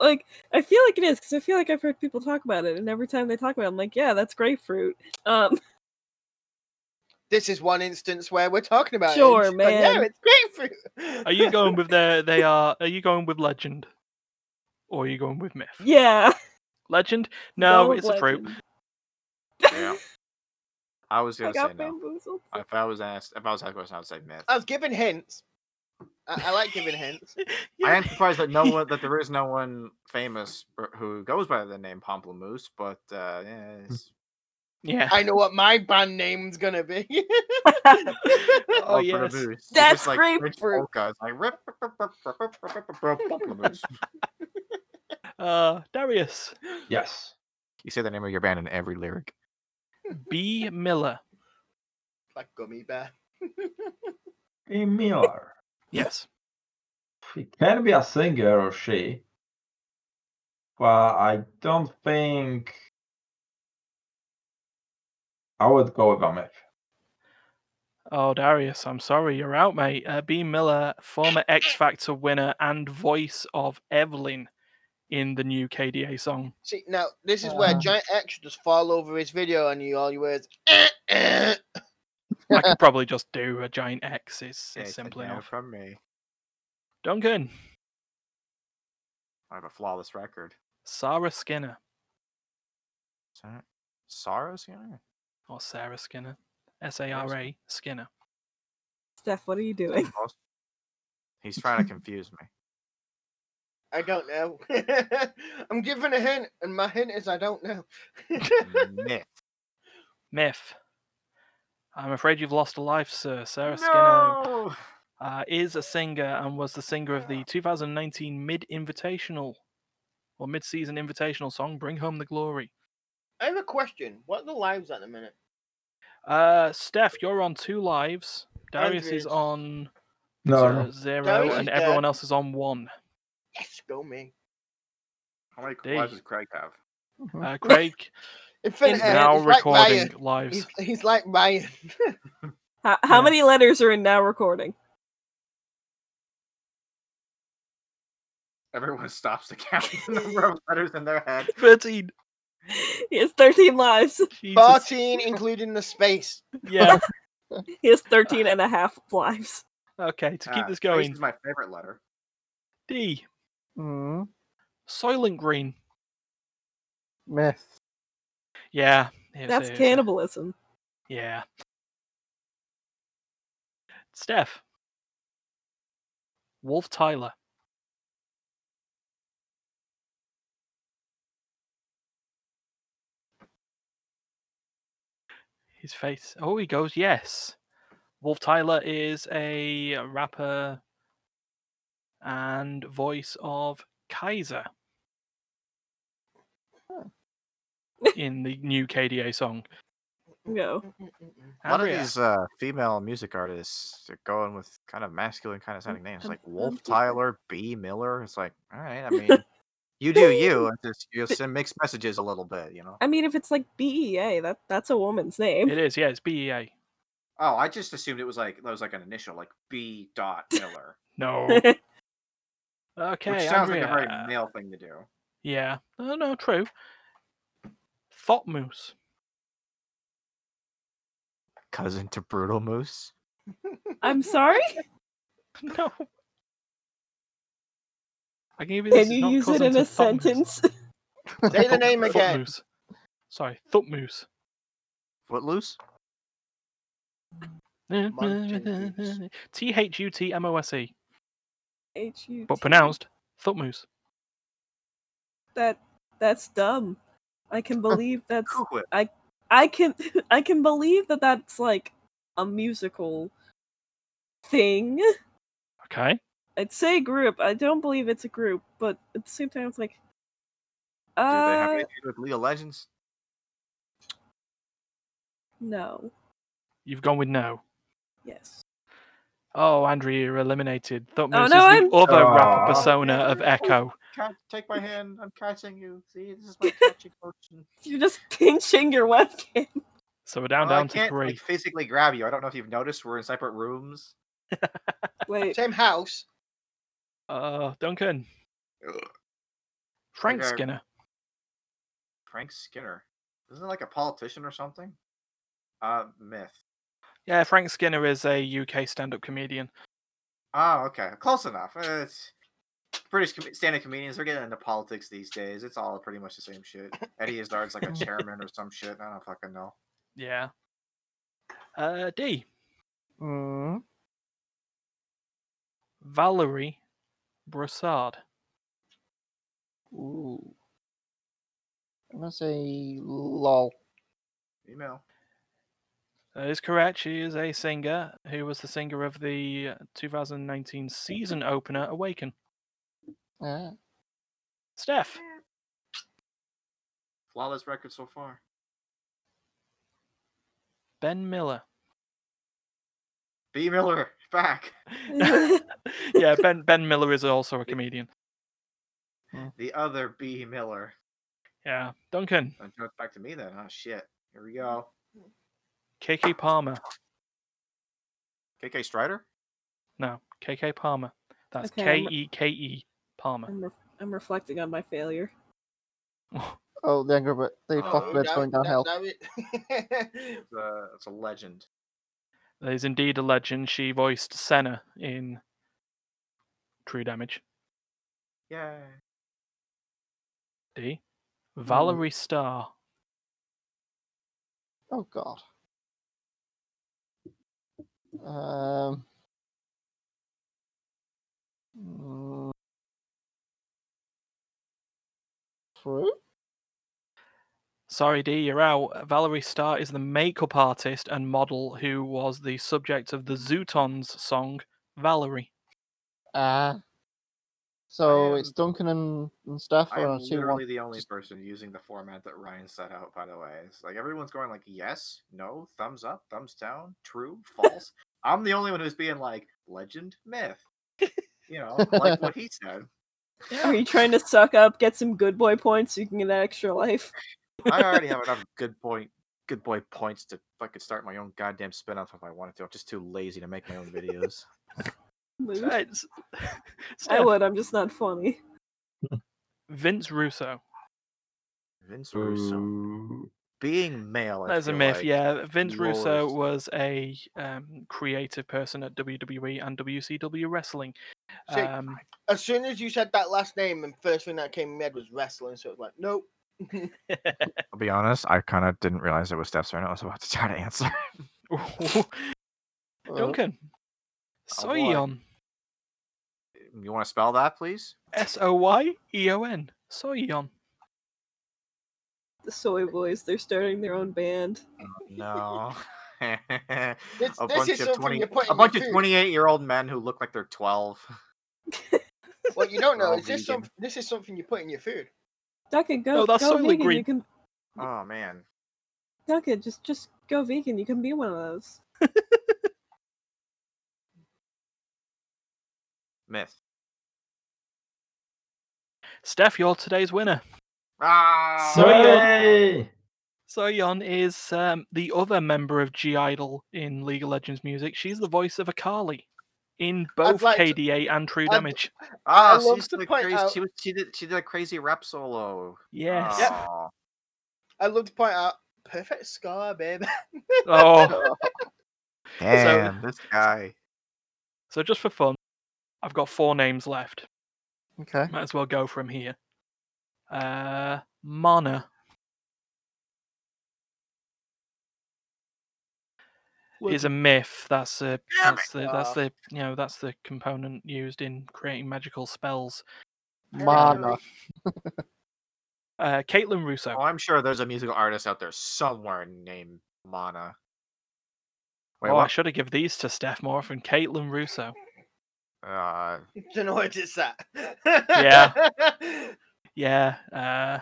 Speaker 5: like I feel like it is because I feel like I've heard people talk about it, and every time they talk about, it, I'm like, yeah, that's grapefruit. Um,
Speaker 2: This is one instance where we're talking about
Speaker 5: Sure,
Speaker 2: it. and she's like,
Speaker 5: man.
Speaker 2: yeah, it's grapefruit.
Speaker 1: Are you going with their they are are you going with legend? Or are you going with myth?
Speaker 5: yeah.
Speaker 1: Legend? No,
Speaker 5: Well,
Speaker 1: it's a fruit.
Speaker 5: legend.
Speaker 4: Yeah. I was
Speaker 5: I Oh,
Speaker 4: gonna say
Speaker 5: got
Speaker 4: no.
Speaker 5: bamboozled.
Speaker 4: If I was asked, if I was asked a question, I would say myth.
Speaker 2: I was giving hints. I, I like giving hints.
Speaker 4: I am surprised that no one that there is no one famous or- who goes by the name Pomplamoose, but uh, yeah,
Speaker 5: Hmm.
Speaker 4: it's
Speaker 1: Yeah.
Speaker 2: I know what my band name's gonna be.
Speaker 1: oh
Speaker 4: all for the
Speaker 1: yes.
Speaker 4: moose. It's just
Speaker 5: That's
Speaker 4: like French
Speaker 5: grapefruit.
Speaker 4: polka. It's like rip, rip, rip, rip, rip, rip, rip, rip, rip, Pomplamoose.
Speaker 1: Uh Darius.
Speaker 3: Yes.
Speaker 4: You say the name of your band in every lyric.
Speaker 1: B. Miller.
Speaker 2: like gummy bear.
Speaker 3: A Miller.
Speaker 1: Yes.
Speaker 3: He can be a singer or she. But I don't think I would go with Amif.
Speaker 1: Oh, Darius, I'm sorry, you're out, mate. Uh, B. Miller, former X Factor winner and voice of Evelyn in the new KDA song.
Speaker 2: See, now this is where
Speaker 6: Uh.
Speaker 2: giant action just fall over his video and you all you hear is "Eh, eh."
Speaker 1: I could probably just do a giant X. It's,
Speaker 4: Yeah,
Speaker 1: it's
Speaker 4: it's a
Speaker 1: simple
Speaker 4: no
Speaker 1: enough.
Speaker 4: From me,
Speaker 1: Duncan,
Speaker 4: I have a flawless record.
Speaker 1: Sarah Skinner,
Speaker 4: Sa- Sarah's here.
Speaker 1: or Sarah Skinner, S A R A Skinner.
Speaker 5: Steph, what are you doing?
Speaker 4: Close. He's trying to confuse me.
Speaker 2: I don't know. I'm giving a hint, and my hint is I don't know.
Speaker 4: Myth.
Speaker 1: Myth. I'm afraid you've lost a life, sir. Sarah Skinner
Speaker 4: No!
Speaker 1: uh, is a singer and was the singer of the 2019 Mid Invitational or Mid Season Invitational song "Bring Home the Glory."
Speaker 2: I have a question. What are the lives at the minute?
Speaker 1: Uh, Steph, you're on two lives. Darius
Speaker 2: Andrew's-
Speaker 1: is on
Speaker 3: No,
Speaker 1: uh,
Speaker 3: no.
Speaker 1: zero,
Speaker 2: Darius
Speaker 1: and
Speaker 2: is
Speaker 1: everyone
Speaker 2: dead.
Speaker 1: else is on one.
Speaker 2: Yes, go me.
Speaker 4: How many
Speaker 1: Dee.
Speaker 4: lives does Craig have?
Speaker 1: Uh, Craig
Speaker 2: Infinite.
Speaker 1: is
Speaker 2: Ed,
Speaker 1: now
Speaker 2: he's like
Speaker 1: recording
Speaker 2: Ryan.
Speaker 1: lives.
Speaker 2: He's, he's like Ryan.
Speaker 5: How, how
Speaker 1: Yeah.
Speaker 5: many letters are in now recording?
Speaker 4: Everyone stops to count the number of letters in their head.
Speaker 1: Thirteen.
Speaker 5: He has 13 lives.
Speaker 1: Jesus.
Speaker 2: Fourteen, including the space.
Speaker 1: Yeah.
Speaker 5: He has 13 and a half lives.
Speaker 1: Okay. To keep
Speaker 4: Ah,
Speaker 1: this
Speaker 4: space
Speaker 1: going,
Speaker 4: is my favorite letter.
Speaker 1: D.
Speaker 6: Mm,
Speaker 1: Soylent Green.
Speaker 6: myth.
Speaker 1: Yeah. it's-
Speaker 5: That's
Speaker 1: it's-
Speaker 5: cannibalism.
Speaker 1: Yeah. Steph. Wolf Tyler. His face. Oh, he goes, yes. Wolf Tyler is a uh, rapper and voice of Kaiser in the new KDA song.
Speaker 5: Go.
Speaker 4: A lot of
Speaker 1: Andrea.
Speaker 4: these uh, female music artists are going with kind of masculine kind of sounding names,
Speaker 5: I'm-
Speaker 4: like
Speaker 5: I'm
Speaker 4: Wolf
Speaker 5: different.
Speaker 4: Tyler, B. Miller. It's like, all right, I mean, you do you. and just you
Speaker 5: But-
Speaker 4: send mixed messages a little bit, you know.
Speaker 5: I mean, if it's like BEA, that that's a woman's name.
Speaker 1: It is, yeah, it's E BEA.
Speaker 4: Oh, I just assumed it was like that was like an initial, like B. Dot Miller,
Speaker 1: No.
Speaker 5: I
Speaker 1: Okay,
Speaker 4: which sounds
Speaker 1: Andrea.
Speaker 4: like a very male thing to do.
Speaker 1: Yeah. No, no, true. Thought Moose.
Speaker 4: Cousin to Brutal Moose.
Speaker 5: I'm sorry?
Speaker 1: No. I can give you this.
Speaker 5: Can
Speaker 1: it's
Speaker 5: you
Speaker 1: not
Speaker 5: use it
Speaker 1: cousin
Speaker 5: in
Speaker 1: to
Speaker 5: a
Speaker 1: Thought Moose.
Speaker 5: sentence?
Speaker 2: Say the
Speaker 1: Thought-
Speaker 2: name
Speaker 1: Thought
Speaker 2: again.
Speaker 1: Moose. Sorry, Thought Moose.
Speaker 4: Footloose.
Speaker 2: Munchkin Moose.
Speaker 1: T H U T M O S E,
Speaker 5: H U.
Speaker 1: but
Speaker 5: T.
Speaker 1: pronounced Thought Moose.
Speaker 5: That that's dumb. I
Speaker 1: Oh,
Speaker 5: can believe that's
Speaker 4: Cool Whip.
Speaker 5: I can I can believe that that's like a musical thing.
Speaker 1: Okay.
Speaker 5: I'd say group. I don't believe it's a group, but at the same time, it's like.
Speaker 4: Do they have
Speaker 5: Uh,
Speaker 4: anything to do with League of Legends?
Speaker 5: no.
Speaker 1: You've gone with no.
Speaker 5: Yes.
Speaker 1: Oh, Andrea, you're eliminated. Thought
Speaker 5: Oh,
Speaker 1: Moose
Speaker 5: no,
Speaker 1: is
Speaker 5: I'm-
Speaker 1: the other rapper
Speaker 3: Aw.
Speaker 1: persona of Echo.
Speaker 4: Cat, take my hand. I'm catching you. See, this is my catching motion.
Speaker 5: You're just pinching your webcam.
Speaker 1: So we're down
Speaker 4: Well,
Speaker 1: down
Speaker 4: Oh, I
Speaker 1: to
Speaker 4: can't,
Speaker 1: three.
Speaker 4: Like, physically grab you. I don't know if you've noticed we're in separate rooms.
Speaker 5: Wait.
Speaker 2: Same house.
Speaker 1: Uh, Duncan. Frank
Speaker 4: Okay.
Speaker 1: Skinner.
Speaker 4: Frank Skinner. Isn't it like a politician or something? Uh, myth.
Speaker 1: Yeah, Frank Skinner is a UK stand-up comedian.
Speaker 4: Oh, okay. Close enough. Uh, It's British com- stand-up comedians. They're getting into politics these days. It's all pretty much the same shit. Eddie Izzard's like a chairman or some shit. I don't fucking know.
Speaker 1: Yeah. Uh, D.
Speaker 6: Mm,
Speaker 1: Valerie Broussard.
Speaker 6: ooh. I'm gonna say lol.
Speaker 4: Email.
Speaker 1: That is correct. She is a singer who was the singer of the uh, 2019 season opener Awaken.
Speaker 6: Yeah.
Speaker 1: Steph.
Speaker 4: Flawless record so far.
Speaker 1: Ben Miller.
Speaker 4: B Miller back.
Speaker 1: yeah, Ben Ben Miller is also a comedian.
Speaker 4: The other B Miller.
Speaker 1: Yeah, Duncan,
Speaker 4: Don't jump back to me then. Oh shit. Here
Speaker 6: Mm.
Speaker 4: we go.
Speaker 1: KK Palmer.
Speaker 4: KK Strider?
Speaker 1: No, KK Palmer. That's
Speaker 5: Okay,
Speaker 1: K
Speaker 5: I'm-
Speaker 1: E K E Palmer.
Speaker 5: I'm, re- I'm reflecting on my failure.
Speaker 6: Oh, the anger, but the
Speaker 4: Oh,
Speaker 6: fuck bird's
Speaker 2: now-
Speaker 6: going
Speaker 2: now-
Speaker 6: downhill.
Speaker 2: now it-
Speaker 4: It's a, it's a legend.
Speaker 1: That is indeed a legend. She voiced Senna in True Damage.
Speaker 4: Yeah.
Speaker 1: D.
Speaker 4: Mm.
Speaker 1: Valerie Starr.
Speaker 6: Oh god. Um. mm, True.
Speaker 1: Sorry, D, you're out. Valerie Starr is the makeup artist and model who was the subject of the Zootons song Valerie.
Speaker 6: Ah. so
Speaker 4: am-
Speaker 6: it's Duncan and, and Steph
Speaker 4: I
Speaker 6: are
Speaker 4: am
Speaker 6: on two
Speaker 4: literally
Speaker 6: one.
Speaker 4: the only
Speaker 6: Just-
Speaker 4: person using the format that Ryan set out, by the way. It's like everyone's going like yes, no, thumbs up, thumbs down, true, false. I'm the only one who's being like legend, myth. You know, like what he said.
Speaker 5: Are you trying to suck up, get some good boy points so you can get that extra life?
Speaker 4: I already have enough good point good boy points to fucking start my own goddamn spin-off if I wanted to. I'm just too lazy to make my own videos.
Speaker 5: Mood.
Speaker 1: It's-
Speaker 5: I
Speaker 1: Steph,
Speaker 5: would, I'm just not funny.
Speaker 1: Vince Russo.
Speaker 4: Vince Russo.
Speaker 3: Ooh.
Speaker 4: Being male. I
Speaker 1: That's a
Speaker 4: feel
Speaker 1: myth,
Speaker 4: like.
Speaker 1: yeah. Vince Russo
Speaker 4: lowers-
Speaker 1: was a um, creative person at WWE and WCW Wrestling.
Speaker 2: See,
Speaker 1: Um,
Speaker 2: as soon as you said that last name, and first thing that came in my head was wrestling, so it was like, nope.
Speaker 4: I'll be honest, I kind of didn't realize it was Steph's turn. I was about to try to answer. Oh.
Speaker 6: uh,
Speaker 1: Duncan.
Speaker 4: boy.
Speaker 1: Soyeon.
Speaker 2: Mm,
Speaker 4: You want to spell that, please?
Speaker 1: S O Y E O N. Soyeon.
Speaker 5: The soy boys, they're starting their own band.
Speaker 4: No. a
Speaker 2: This- this
Speaker 4: bunch
Speaker 2: is
Speaker 4: of
Speaker 2: something
Speaker 4: twenty,
Speaker 2: you put in
Speaker 4: a
Speaker 2: your
Speaker 4: bunch of
Speaker 2: food.
Speaker 4: twenty-eight-year-old men who look like they're twelve.
Speaker 2: What you don't know
Speaker 4: We're all
Speaker 2: is this.
Speaker 4: vegan.
Speaker 2: Some, this is something you put in your food.
Speaker 5: Duncan, go,
Speaker 1: No, that's
Speaker 5: go
Speaker 1: soy
Speaker 5: vegan.
Speaker 1: green.
Speaker 5: You can
Speaker 2: Mm.
Speaker 4: Oh man,
Speaker 5: Duncan, just just go vegan. You can be one of those.
Speaker 4: myth.
Speaker 1: Steph, you're today's winner.
Speaker 4: Ah,
Speaker 1: So you're-
Speaker 3: Hey!
Speaker 1: Soyeon is um, the other member of G Idol in League of Legends music. She's the voice of Akali in both
Speaker 2: like to-
Speaker 1: KDA and True
Speaker 2: I'd-
Speaker 1: Damage.
Speaker 4: ah,
Speaker 2: I love
Speaker 4: she's
Speaker 2: to
Speaker 4: the
Speaker 2: point
Speaker 4: crazy.
Speaker 2: out-
Speaker 4: She, was- she did. She did a crazy rap solo.
Speaker 1: Yes.
Speaker 4: Ah. Aw.
Speaker 2: I love to point out, perfect scar, babe.
Speaker 1: Oh,
Speaker 4: Damn, this guy.
Speaker 1: so just for fun, I've got four names left.
Speaker 6: Okay.
Speaker 1: Might as well go from here. Uh, Mana. is a myth. That's a
Speaker 4: Damn it.
Speaker 1: that's the that's
Speaker 2: Ah.
Speaker 1: the you know that's the component used in creating magical spells.
Speaker 6: Mana.
Speaker 1: Uh, Caitlin Russo.
Speaker 4: Oh, I'm sure there's a musical artist out there somewhere named Mana. Wait,
Speaker 1: oh, I
Speaker 4: what?
Speaker 1: should have give these to Steph more often. Caitlin Russo.
Speaker 4: Uh,
Speaker 2: Don't know what it's at.
Speaker 1: Yeah. Yeah, uh,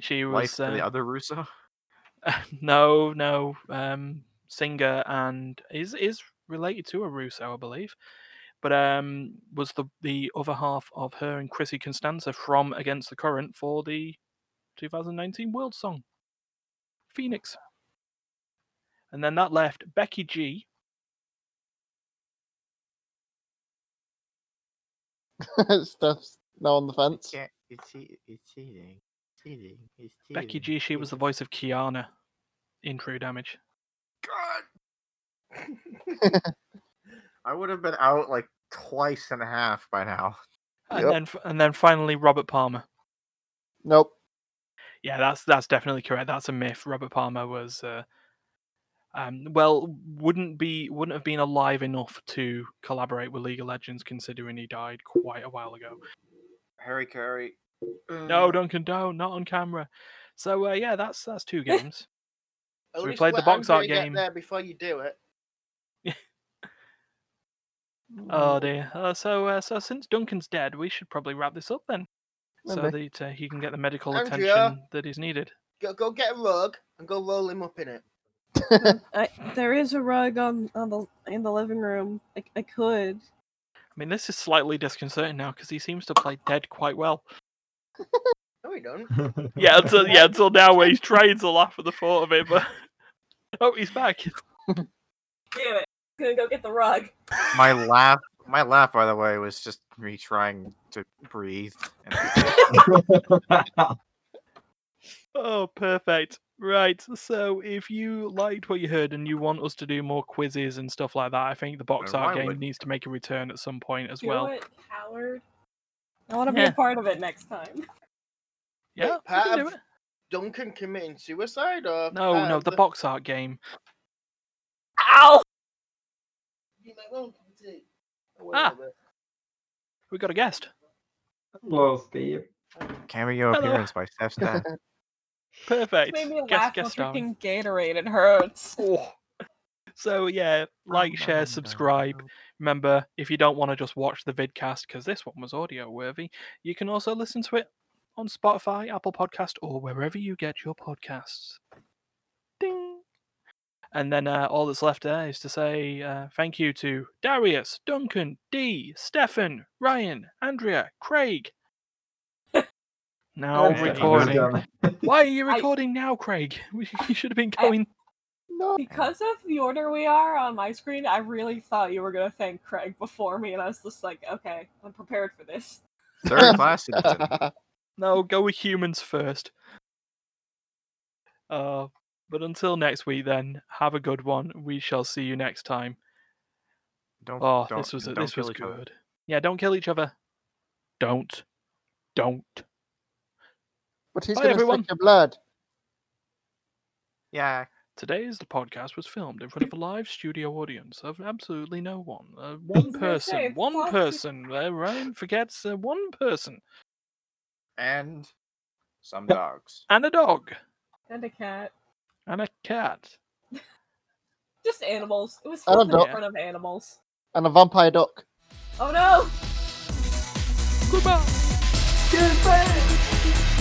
Speaker 1: she
Speaker 4: wife
Speaker 1: was
Speaker 4: to the
Speaker 1: uh,
Speaker 4: other Russo.
Speaker 1: no no um, singer and is is related to a Russo, I believe. But um, was the the other half of her and Chrissy Constanza from Against the Current for the 2019 World Song, Phoenix. And then that left Becky G,
Speaker 6: Steph's now on the fence.
Speaker 4: Yeah, it's, che- it's cheating. Cheating. It's cheating.
Speaker 1: Becky G, she was the voice of Kiana in True Damage.
Speaker 4: God. I would have been out like twice and a half by now.
Speaker 1: And
Speaker 6: Yep.
Speaker 1: then f- and then finally Robert Palmer.
Speaker 6: Nope.
Speaker 1: Yeah, that's that's definitely correct. That's a myth. Robert Palmer was uh, um, well wouldn't be wouldn't have been alive enough to collaborate with League of Legends considering he died quite a while ago.
Speaker 4: Harry Carey.
Speaker 2: Mm.
Speaker 1: No, Duncan, don't not on camera. So uh, yeah, that's that's two games.
Speaker 2: At
Speaker 1: We
Speaker 2: least
Speaker 1: played the
Speaker 2: let
Speaker 1: box art
Speaker 2: Andrea get
Speaker 1: game.
Speaker 2: there before you do it.
Speaker 1: oh dear. Uh, so uh, so since Duncan's dead, we should probably wrap this up then, so
Speaker 6: Maybe.
Speaker 1: that uh, he can get the medical
Speaker 2: Andrea?
Speaker 1: attention that is needed.
Speaker 2: Go, go get a rug and go roll him up in it.
Speaker 5: I, there is a rug on, on the in the living room. I, I could.
Speaker 1: I mean, this is slightly disconcerting now because he seems to play dead quite well.
Speaker 2: No, we don't.
Speaker 1: Yeah, until yeah, until now where he's trying to laugh at the thought of it, but oh, he's back.
Speaker 5: Damn it! I'm gonna go get the rug.
Speaker 4: My laugh, my laugh, by the way, was just me trying to breathe. And
Speaker 1: Oh, perfect. Right. So, if you liked what you heard and you want us to do more quizzes and stuff like that, I think the box
Speaker 4: Uh,
Speaker 1: art
Speaker 4: why
Speaker 1: game
Speaker 4: would-
Speaker 1: needs to make a return at some point as
Speaker 5: Do
Speaker 1: well.
Speaker 5: it, Howard. I want to be
Speaker 1: Yeah.
Speaker 5: a part of it next time.
Speaker 1: Yeah,
Speaker 2: Wait,
Speaker 1: we can
Speaker 2: part
Speaker 1: do
Speaker 2: of-
Speaker 1: it.
Speaker 2: Duncan committing suicide or
Speaker 1: No,
Speaker 2: part
Speaker 1: no,
Speaker 2: of
Speaker 1: the box art game.
Speaker 5: Ow!
Speaker 2: You might want to do- Oh, wait a
Speaker 1: Ah.
Speaker 2: little bit.
Speaker 1: We got a guest.
Speaker 3: Hello, Steve.
Speaker 4: cameo
Speaker 1: Hello.
Speaker 4: appearance by Steph Stan.
Speaker 1: Perfect.
Speaker 5: made me
Speaker 1: Guest-
Speaker 5: laugh
Speaker 1: guest
Speaker 5: while
Speaker 1: star.
Speaker 5: drinking Gatorade. It hurts.
Speaker 1: Oh. So yeah, like, share, subscribe. Remember, if you don't want to just watch the vidcast because this one was audio worthy, you can also listen to it on Spotify, Apple Podcast, or wherever you get your podcasts. Ding. And then uh, all that's left there is to say uh, thank you to Darius, Duncan, Dee, Stefan, Ryan, Andrea, Craig. now
Speaker 3: That's
Speaker 4: Andy,
Speaker 3: it.
Speaker 1: recording.
Speaker 3: Well done.
Speaker 1: Why are you
Speaker 5: I-
Speaker 1: recording now, Craig? You should have been
Speaker 5: I-
Speaker 1: going.
Speaker 6: no.
Speaker 5: Because of the order we are on my screen, I really thought you were gonna thank Craig before me, and I was just like, okay, I'm prepared for this.
Speaker 4: Third class citizen.
Speaker 1: No, go with humans first. Uh, but until next week, then have a good one. We shall see you next time.
Speaker 4: Don't,
Speaker 1: Oh,
Speaker 4: don't,
Speaker 1: this was
Speaker 4: don't
Speaker 1: this
Speaker 4: kill
Speaker 1: was
Speaker 4: each other.
Speaker 1: good. Yeah, don't kill each other. Don't, don't.
Speaker 6: But he's
Speaker 1: Bye,
Speaker 6: going to
Speaker 1: everyone.
Speaker 6: suck your blood.
Speaker 4: Yeah.
Speaker 1: Today's the podcast was filmed in front of a live studio audience of absolutely no one. Uh, one
Speaker 5: was gonna say,
Speaker 1: person, one
Speaker 5: fuck.
Speaker 1: person. Uh, Ryan forgets uh, one person
Speaker 4: And some
Speaker 6: Yep.
Speaker 4: dogs.
Speaker 1: and a dog
Speaker 5: And a cat.
Speaker 1: and a cat.
Speaker 5: Just animals. It was
Speaker 6: I don't
Speaker 5: filmed in
Speaker 1: know.
Speaker 5: front of animals.
Speaker 6: And a vampire duck.
Speaker 5: Oh no!
Speaker 1: Goodbye.
Speaker 5: Goodbye!